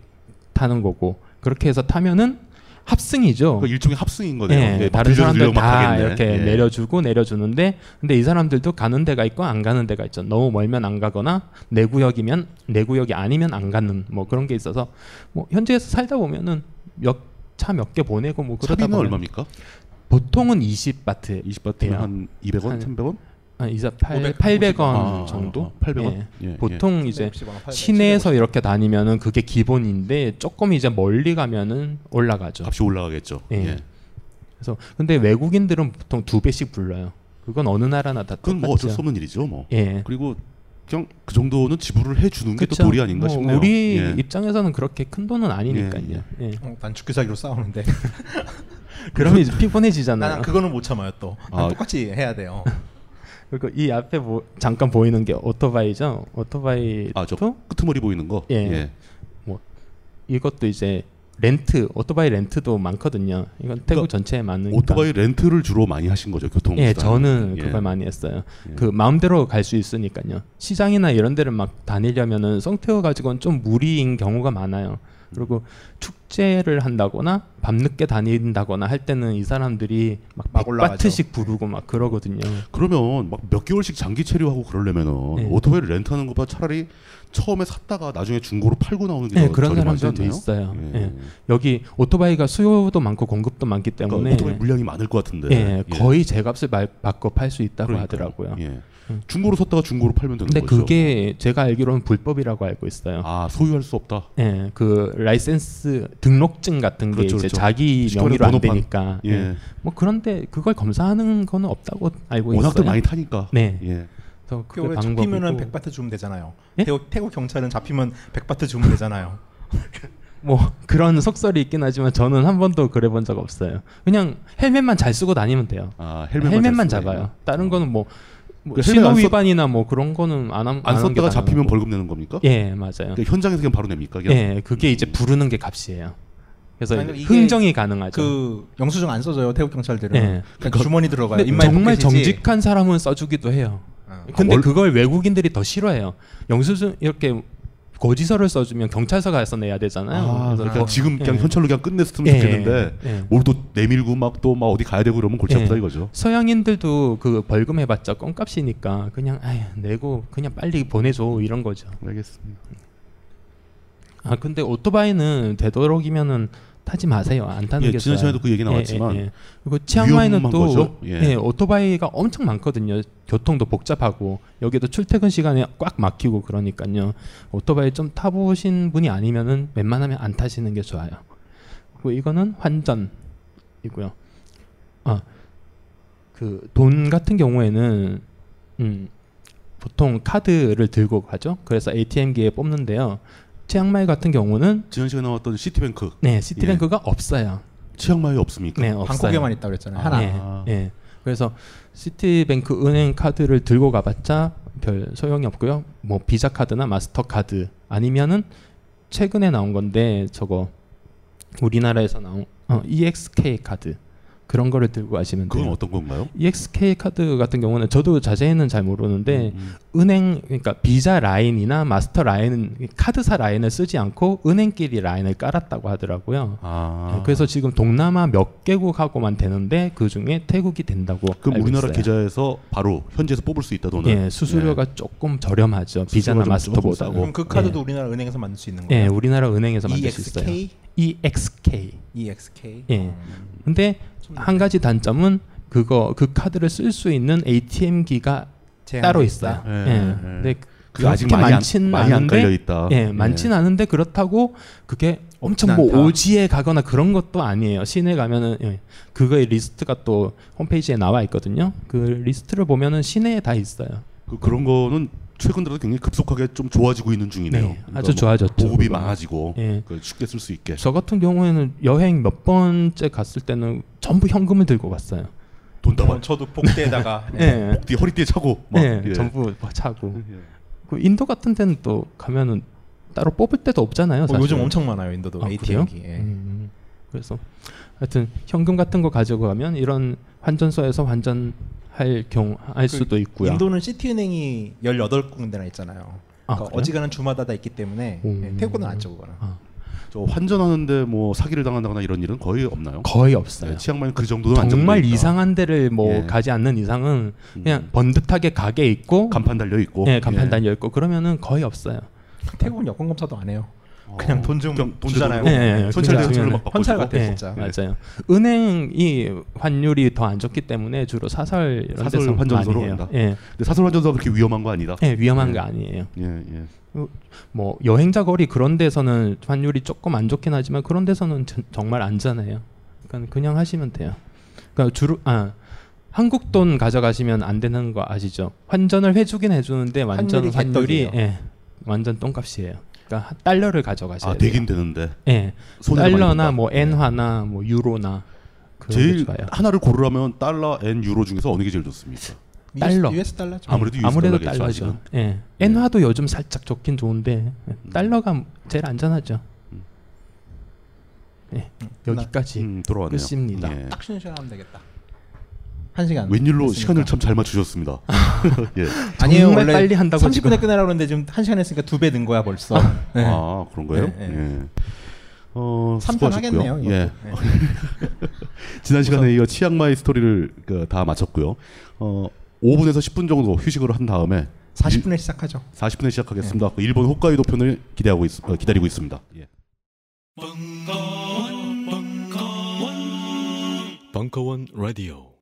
[SPEAKER 11] 타는 거고 그렇게 해서 타면은 합승이죠.
[SPEAKER 10] 그 일종의 합승인 거네요.
[SPEAKER 11] 예,
[SPEAKER 10] 예, 막
[SPEAKER 11] 다른
[SPEAKER 10] 들려
[SPEAKER 11] 사람들
[SPEAKER 10] 들려 막
[SPEAKER 11] 다
[SPEAKER 10] 하겠네.
[SPEAKER 11] 이렇게
[SPEAKER 10] 예.
[SPEAKER 11] 내려주고 내려주는데 근데 이 사람들도 가는 데가 있고 안 가는 데가 있죠. 너무 멀면 안 가거나 내 구역이면 내 구역이 아니면 안 가는 뭐 그런 게 있어서 뭐 현지에서 살다 보면은 몇 차 몇 개 보내고 뭐 그러다
[SPEAKER 10] 차비는
[SPEAKER 11] 보면
[SPEAKER 10] 얼마입니까?
[SPEAKER 11] 보통은 20바트.
[SPEAKER 10] 20바트면 한 200원, 300원?
[SPEAKER 11] 아, 이제 800, 800원
[SPEAKER 10] 500, 아,
[SPEAKER 11] 정도?
[SPEAKER 10] 아, 800 원? 예, 예.
[SPEAKER 11] 보통 이제
[SPEAKER 10] 360 원, 800,
[SPEAKER 11] 시내에서 이렇게 다니면은 그게 기본인데 조금 이제 멀리 가면은 올라가죠.
[SPEAKER 10] 값이 올라가겠죠. 예.
[SPEAKER 11] 그래서 근데 외국인들은 보통 두 배씩 불러요. 그건 어느 나라나 다
[SPEAKER 10] 그건 뭐 어쩔 수 없는 일이죠, 뭐.
[SPEAKER 11] 예.
[SPEAKER 10] 그리고 그냥 그 정도는 지불을 해주는 게 또
[SPEAKER 11] 그쵸?
[SPEAKER 10] 도리 아닌가
[SPEAKER 11] 뭐
[SPEAKER 10] 싶네요.
[SPEAKER 11] 우리
[SPEAKER 10] 예.
[SPEAKER 11] 입장에서는 그렇게 큰 돈은 아니니까요. 예.
[SPEAKER 10] [LAUGHS]
[SPEAKER 7] 어, 난 죽기 살기로
[SPEAKER 11] 네.
[SPEAKER 7] 싸우는데.
[SPEAKER 11] 그러면 이제 피곤해지잖아요.
[SPEAKER 7] 난 그거는 못 참아요 또. 난
[SPEAKER 11] 아.
[SPEAKER 7] 똑같이 해야 돼요.
[SPEAKER 11] 그리고 이 앞에 보, 잠깐 보이는 게 오토바이죠. 오토바이
[SPEAKER 10] 아저 끄트머리 보이는 거.
[SPEAKER 11] 예.
[SPEAKER 10] 예.
[SPEAKER 11] 뭐 이것도 이제 렌트 오토바이 렌트도 많거든요. 이건 태국 전체에 많은
[SPEAKER 10] 그러니까 오토바이 렌트를 주로 많이 하신 거죠, 교통.
[SPEAKER 11] 그러니까. 예, 저는 그걸 많이 했어요.
[SPEAKER 10] 예.
[SPEAKER 11] 그 마음대로 갈 수 있으니까요. 시장이나 이런 데를 막 다니려면은 성태어 가지고는 좀 무리인 경우가 많아요. 그리고 축제를 한다거나 밤늦게 다닌다거나 할 때는 이 사람들이 막
[SPEAKER 10] 막 올라가죠.
[SPEAKER 11] 바트씩 부르고 막 그러거든요.
[SPEAKER 10] 그러면 막 몇 개월씩 장기 체류하고 그러려면은
[SPEAKER 11] 예.
[SPEAKER 10] 오토바이를 렌트하는 것보다 차라리 처음에 샀다가 나중에 중고로 팔고 나오는 게
[SPEAKER 11] 네,
[SPEAKER 10] 더
[SPEAKER 11] 그런
[SPEAKER 10] 예, 저렴하지
[SPEAKER 11] 사람들도
[SPEAKER 10] 않나요?
[SPEAKER 11] 있어요.
[SPEAKER 10] 예.
[SPEAKER 11] 예. 여기 오토바이가 수요도 많고 공급도 많기
[SPEAKER 10] 그러니까
[SPEAKER 11] 때문에
[SPEAKER 10] 오토바이 물량이 많을 것 같은데.
[SPEAKER 11] 예,
[SPEAKER 10] 예.
[SPEAKER 11] 거의 제 값을 말- 받고 팔 수 있다고 하더라고요.
[SPEAKER 10] 예.
[SPEAKER 11] 음.
[SPEAKER 10] 중고로 샀다가 중고로 팔면 되는
[SPEAKER 11] 근데
[SPEAKER 10] 거죠.
[SPEAKER 11] 그게 제가 알기로는 불법이라고 알고 있어요.
[SPEAKER 10] 아 소유할 수 없다.
[SPEAKER 11] 예, 그 라이센스 등록증 같은 게
[SPEAKER 10] 그렇죠,
[SPEAKER 11] 이제
[SPEAKER 10] 그렇죠.
[SPEAKER 11] 자기
[SPEAKER 10] 시간의
[SPEAKER 11] 명의로 안
[SPEAKER 10] 번호판.
[SPEAKER 11] 되니까. 예.
[SPEAKER 10] 예.
[SPEAKER 11] 뭐 그런데 그걸 검사하는 건 없다고 알고 뭐 있어요.
[SPEAKER 10] 워낙들 많이 타니까.
[SPEAKER 11] 네.
[SPEAKER 10] 예.
[SPEAKER 11] 그래서
[SPEAKER 7] 그게 왜
[SPEAKER 11] 그게
[SPEAKER 7] 잡히면은
[SPEAKER 11] 방법이고. 예?
[SPEAKER 7] 100바트 주면 되잖아요. 태국, 태국 경찰은 잡히면 100바트 주면 되잖아요.
[SPEAKER 11] 뭐 [LAUGHS] 그런 속설이 있긴 하지만 저는 한 번도 그래 본 적 없어요. 그냥 헬멧만 잘 쓰고 다니면 돼요.
[SPEAKER 10] 아, 헬멧만 잘 쓰고
[SPEAKER 11] 잡아요.
[SPEAKER 10] 다니면.
[SPEAKER 11] 다른 거는 뭐, 뭐
[SPEAKER 10] 그러니까 헬멧
[SPEAKER 11] 신호
[SPEAKER 10] 안 썼-
[SPEAKER 11] 위반이나 뭐 그런 거는 안 함-
[SPEAKER 10] 안
[SPEAKER 11] 하는 게
[SPEAKER 10] 썼다가 잡히면
[SPEAKER 11] 당연하고.
[SPEAKER 10] 벌금 내는 겁니까?
[SPEAKER 11] 예, 맞아요.
[SPEAKER 10] 그러니까 현장에서 그냥 바로 냅니까? 그냥?
[SPEAKER 11] 예, 그게 이제 부르는 게 값이에요. 그래서
[SPEAKER 7] 아니, 그러니까
[SPEAKER 11] 이제
[SPEAKER 7] 이게
[SPEAKER 11] 흥정이 가능하죠.
[SPEAKER 7] 그 영수증 안 써줘요 태국 경찰들은.
[SPEAKER 11] 예.
[SPEAKER 7] 그러니까 주머니 들어가요.
[SPEAKER 11] 근데
[SPEAKER 7] 입만
[SPEAKER 11] 정말
[SPEAKER 7] 벗기지.
[SPEAKER 11] 정직한 사람은 써주기도 해요. 근데
[SPEAKER 7] 아, 월-
[SPEAKER 11] 그걸 외국인들이 더 싫어해요. 영수증 이렇게 고지서를 써주면 경찰서 가서 내야 되잖아요.
[SPEAKER 10] 아,
[SPEAKER 11] 그래서
[SPEAKER 10] 그러니까
[SPEAKER 11] 거-
[SPEAKER 10] 지금 그냥
[SPEAKER 11] 예.
[SPEAKER 10] 현찰로 그냥 끝냈으면
[SPEAKER 11] 예,
[SPEAKER 10] 좋겠는데
[SPEAKER 11] 예.
[SPEAKER 10] 오늘 또 내밀고 막 또 막 어디 가야 되고 그러면 골치 아프다
[SPEAKER 11] 예.
[SPEAKER 10] 이거죠.
[SPEAKER 11] 서양인들도 그 벌금 해봤자 껌값이니까 그냥 아휴 내고 그냥 빨리 보내줘 이런 거죠.
[SPEAKER 10] 알겠습니다.
[SPEAKER 11] 아 근데 오토바이는 되도록이면은 타지 마세요. 안 타는
[SPEAKER 10] 예,
[SPEAKER 11] 게 좋아요. 예,
[SPEAKER 10] 지난 시간에도 그 얘기 나왔지만
[SPEAKER 11] 그리고 치앙마이는
[SPEAKER 10] 위험한
[SPEAKER 11] 또
[SPEAKER 10] 거죠?
[SPEAKER 11] 예.
[SPEAKER 10] 예.
[SPEAKER 11] 오토바이가 엄청 많거든요. 교통도 복잡하고 여기도 출퇴근 시간에 꽉 막히고 그러니까요. 오토바이 좀 타보신 분이 아니면은 웬만하면 안 타시는 게 좋아요. 그리고 이거는 환전이고요. 아, 그 돈 같은 경우에는 음, 보통 카드를 들고 가죠. 그래서 ATM기에 뽑는데요. 치앙마이 같은 경우는
[SPEAKER 10] 지난 시간에 나왔던 시티뱅크.
[SPEAKER 11] 네,
[SPEAKER 10] 예.
[SPEAKER 11] 시티뱅크가 없어요.
[SPEAKER 10] 치앙마이 없습니까?
[SPEAKER 11] 네, 없어요.
[SPEAKER 7] 방콕에만 있다고 그랬잖아요. 하나.
[SPEAKER 11] 네, 네. 그래서 시티뱅크 은행 카드를 들고 가봤자 별 소용이 없고요. 뭐 비자 카드나 마스터 카드 아니면은 최근에 나온 건데 저거 우리나라에서 나온 어, EXK 카드 그런 거를 들고 가시면 돼요.
[SPEAKER 10] 그건 어떤
[SPEAKER 11] 예,
[SPEAKER 10] 건가요?
[SPEAKER 11] EXK 카드 같은 경우는 저도 자세히는 잘 모르는데
[SPEAKER 10] 음,
[SPEAKER 11] 은행 그러니까 비자 라인이나 마스터 라인 카드사 라인을 쓰지 않고 은행끼리 라인을 깔았다고 하더라고요.
[SPEAKER 10] 아.
[SPEAKER 11] 어, 그래서 지금 동남아 몇 개국하고만 되는데 그 중에 태국이 된다고
[SPEAKER 10] 그럼
[SPEAKER 11] 알고
[SPEAKER 10] 우리나라
[SPEAKER 11] 있어요.
[SPEAKER 10] 계좌에서 바로 현지에서 뽑을 수 있다 돈을.
[SPEAKER 11] 예, 수수료가 조금 저렴하죠.
[SPEAKER 10] 수수료가
[SPEAKER 11] 비자나
[SPEAKER 10] 좀
[SPEAKER 11] 마스터보다.
[SPEAKER 10] 조금 싸고.
[SPEAKER 7] 네. 그럼 그 카드도 우리나라 은행에서 만들 수 있는
[SPEAKER 11] 예,
[SPEAKER 7] 거예요? E
[SPEAKER 11] 우리나라 은행에서 만들 수 있어요.
[SPEAKER 7] EXK?
[SPEAKER 11] EXK.
[SPEAKER 7] E EXK.
[SPEAKER 11] 예. 근데 한 가지 단점은 그거 그 카드를 쓸 수 있는 ATM기가
[SPEAKER 7] 제한이
[SPEAKER 11] 따로
[SPEAKER 7] 있다.
[SPEAKER 11] 있어요.
[SPEAKER 10] 예,
[SPEAKER 11] 예.
[SPEAKER 10] 예.
[SPEAKER 11] 근데
[SPEAKER 10] 그게 아직
[SPEAKER 11] 그렇게
[SPEAKER 10] 많이 안-
[SPEAKER 11] 많지는
[SPEAKER 10] 많이 안
[SPEAKER 11] 않은데,
[SPEAKER 10] 깔려있다.
[SPEAKER 11] 예, 많진
[SPEAKER 10] 예.
[SPEAKER 11] 않은데 그렇다고 그게 엄청
[SPEAKER 10] 없진
[SPEAKER 11] 뭐
[SPEAKER 10] 않다.
[SPEAKER 11] 오지에 가거나 그런 것도 아니에요. 시내 가면은 예. 그거의 리스트가 또 홈페이지에 나와 있거든요. 그 리스트를 보면은 시내에 다 있어요.
[SPEAKER 10] 그, 그런 거는 최근 들어서 굉장히 급속하게 좀 좋아지고 있는 중이네요.
[SPEAKER 11] 네,
[SPEAKER 10] 그러니까
[SPEAKER 11] 아주
[SPEAKER 10] 뭐
[SPEAKER 11] 좋아졌죠,
[SPEAKER 10] 보급이
[SPEAKER 11] 그거는.
[SPEAKER 10] 많아지고
[SPEAKER 11] 예.
[SPEAKER 10] 그걸 쉽게 쓸 수 있게.
[SPEAKER 11] 저 같은 경우에는 여행 몇 번째 갔을 때는 전부 현금을 들고 [LAUGHS] 갔어요.
[SPEAKER 10] 돈
[SPEAKER 7] 따발. 어, 저도 복대에다가.
[SPEAKER 11] 예.
[SPEAKER 10] 복뒤, 허리띠에 차고 막,
[SPEAKER 11] 예,
[SPEAKER 10] 음. 예.
[SPEAKER 11] 전부 막 차고. 그 인도 같은 데는 또 가면은 따로 뽑을 데도 없잖아요.
[SPEAKER 7] 어,
[SPEAKER 11] 사실.
[SPEAKER 7] 요즘 엄청 많아요, 인도도 ATM 기, 예.
[SPEAKER 11] 음, 그래서 하여튼 현금 같은 거 가지고 가면 이런 환전소에서 환전할 경우 할
[SPEAKER 7] 그
[SPEAKER 11] 수도 있고요.
[SPEAKER 7] 인도는 시티은행이 18군데나 있잖아요.
[SPEAKER 11] 아,
[SPEAKER 7] 그러니까
[SPEAKER 11] 그래요?
[SPEAKER 7] 어지간한 주마다 다 있기 때문에 예, 태국은 안 적거나.
[SPEAKER 10] 저 환전하는데 뭐 사기를 당한다거나 이런 일은 거의 없나요?
[SPEAKER 11] 거의 없어요. 네.
[SPEAKER 10] 예, 치앙마이 그 정도는 안정돼
[SPEAKER 11] 정말
[SPEAKER 10] 있다.
[SPEAKER 11] 이상한 데를 뭐
[SPEAKER 10] 예.
[SPEAKER 11] 가지 않는 이상은 그냥 번듯하게 가게 있고
[SPEAKER 10] 간판 달려 있고.
[SPEAKER 11] 예, 간판
[SPEAKER 10] 예.
[SPEAKER 11] 달려 있고 그러면은 거의 없어요. 아.
[SPEAKER 7] 태국은 여권 검사도 안 해요. 그냥 어, 돈 좀 주잖아요.
[SPEAKER 10] 어,
[SPEAKER 11] 예, 예, 예.
[SPEAKER 7] 현찰
[SPEAKER 11] 그냥
[SPEAKER 7] 대출로
[SPEAKER 11] 그냥
[SPEAKER 7] 막 현찰 같아
[SPEAKER 11] 예,
[SPEAKER 7] 진짜.
[SPEAKER 11] 맞아요. 은행이 환율이 더 안 좋기 때문에 주로 사설 이런 데서
[SPEAKER 10] 사설
[SPEAKER 11] 많이
[SPEAKER 10] 환전소로
[SPEAKER 11] 해요.
[SPEAKER 10] 간다.
[SPEAKER 11] 예.
[SPEAKER 10] 근데 사설 환전소가 그렇게 위험한 거 아니다.
[SPEAKER 11] 예, 위험한
[SPEAKER 10] 예.
[SPEAKER 11] 거 아니에요.
[SPEAKER 10] 예, 예.
[SPEAKER 11] 뭐 여행자 거리 그런 데서는 환율이 조금 안 좋긴 하지만 그런 데서는 전- 정말 안전해요. 그러니까 그냥 하시면 돼요. 그러니까 주로 아 한국 돈 가져가시면 안 되는 거 아시죠? 환전을 해주긴 해주는데 완전
[SPEAKER 7] 환율이
[SPEAKER 11] 환율이
[SPEAKER 7] 개떡이에요.
[SPEAKER 11] 예, 완전 똥값이에요. 그러니까 하- 달러를 가져가셔야
[SPEAKER 10] 아,
[SPEAKER 11] 돼요.
[SPEAKER 10] 되긴 되는데.
[SPEAKER 11] 예,
[SPEAKER 10] 손해를 많이
[SPEAKER 11] 달러나
[SPEAKER 10] 본다. 예.
[SPEAKER 11] 뭐 엔화나 뭐 유로나 그런 게
[SPEAKER 10] 제일
[SPEAKER 11] 좋아요.
[SPEAKER 10] 하나를 고르라면 달러, 엔, 유로 중에서 어느 게 제일 좋습니까?
[SPEAKER 11] 달러.
[SPEAKER 7] US 달러죠.
[SPEAKER 10] 아무래도 US
[SPEAKER 11] 아무래도
[SPEAKER 10] 달러겠죠,
[SPEAKER 11] 달러죠.
[SPEAKER 10] 아직은.
[SPEAKER 11] 예. 엔화도 요즘 살짝 좋긴 좋은데
[SPEAKER 10] 음.
[SPEAKER 11] 달러가 제일 안전하죠. 예. 여기까지
[SPEAKER 10] 음, 돌아왔네요.
[SPEAKER 11] 끝입니다.
[SPEAKER 10] 예.
[SPEAKER 7] 딱 쉬는 시간 하면 되겠다. 한 시간.
[SPEAKER 10] 웬일로
[SPEAKER 7] 했으니까.
[SPEAKER 10] 시간을 참 잘
[SPEAKER 11] [LAUGHS]
[SPEAKER 10] 맞추셨습니다. 예.
[SPEAKER 7] 아니에요
[SPEAKER 11] 정말
[SPEAKER 7] 원래
[SPEAKER 11] 빨리 한다고
[SPEAKER 7] 30분에
[SPEAKER 11] 지금.
[SPEAKER 7] 끝내라고 그러는데 지금 한 시간 했으니까 두 배 는 거야 벌써. 네.
[SPEAKER 10] 아 그런 거예요?
[SPEAKER 7] 네, 네.
[SPEAKER 10] 예. 어,
[SPEAKER 7] 삼편
[SPEAKER 10] 수고하셨고요.
[SPEAKER 7] 하겠네요, 이것도.
[SPEAKER 10] 예. [LAUGHS]
[SPEAKER 7] 네.
[SPEAKER 10] 지난 시간에 이어 치앙마이 스토리를 그다 마쳤고요. 어, 5분에서 10분 정도 휴식을 한 다음에
[SPEAKER 7] 40분에 에 시작하죠. 예.
[SPEAKER 10] 40분에 시작하겠습니다. 그 일본 홋카이도 편을 기대하고 있, 어, 기다리고 있습니다. 예.
[SPEAKER 19] 벙커원 라디오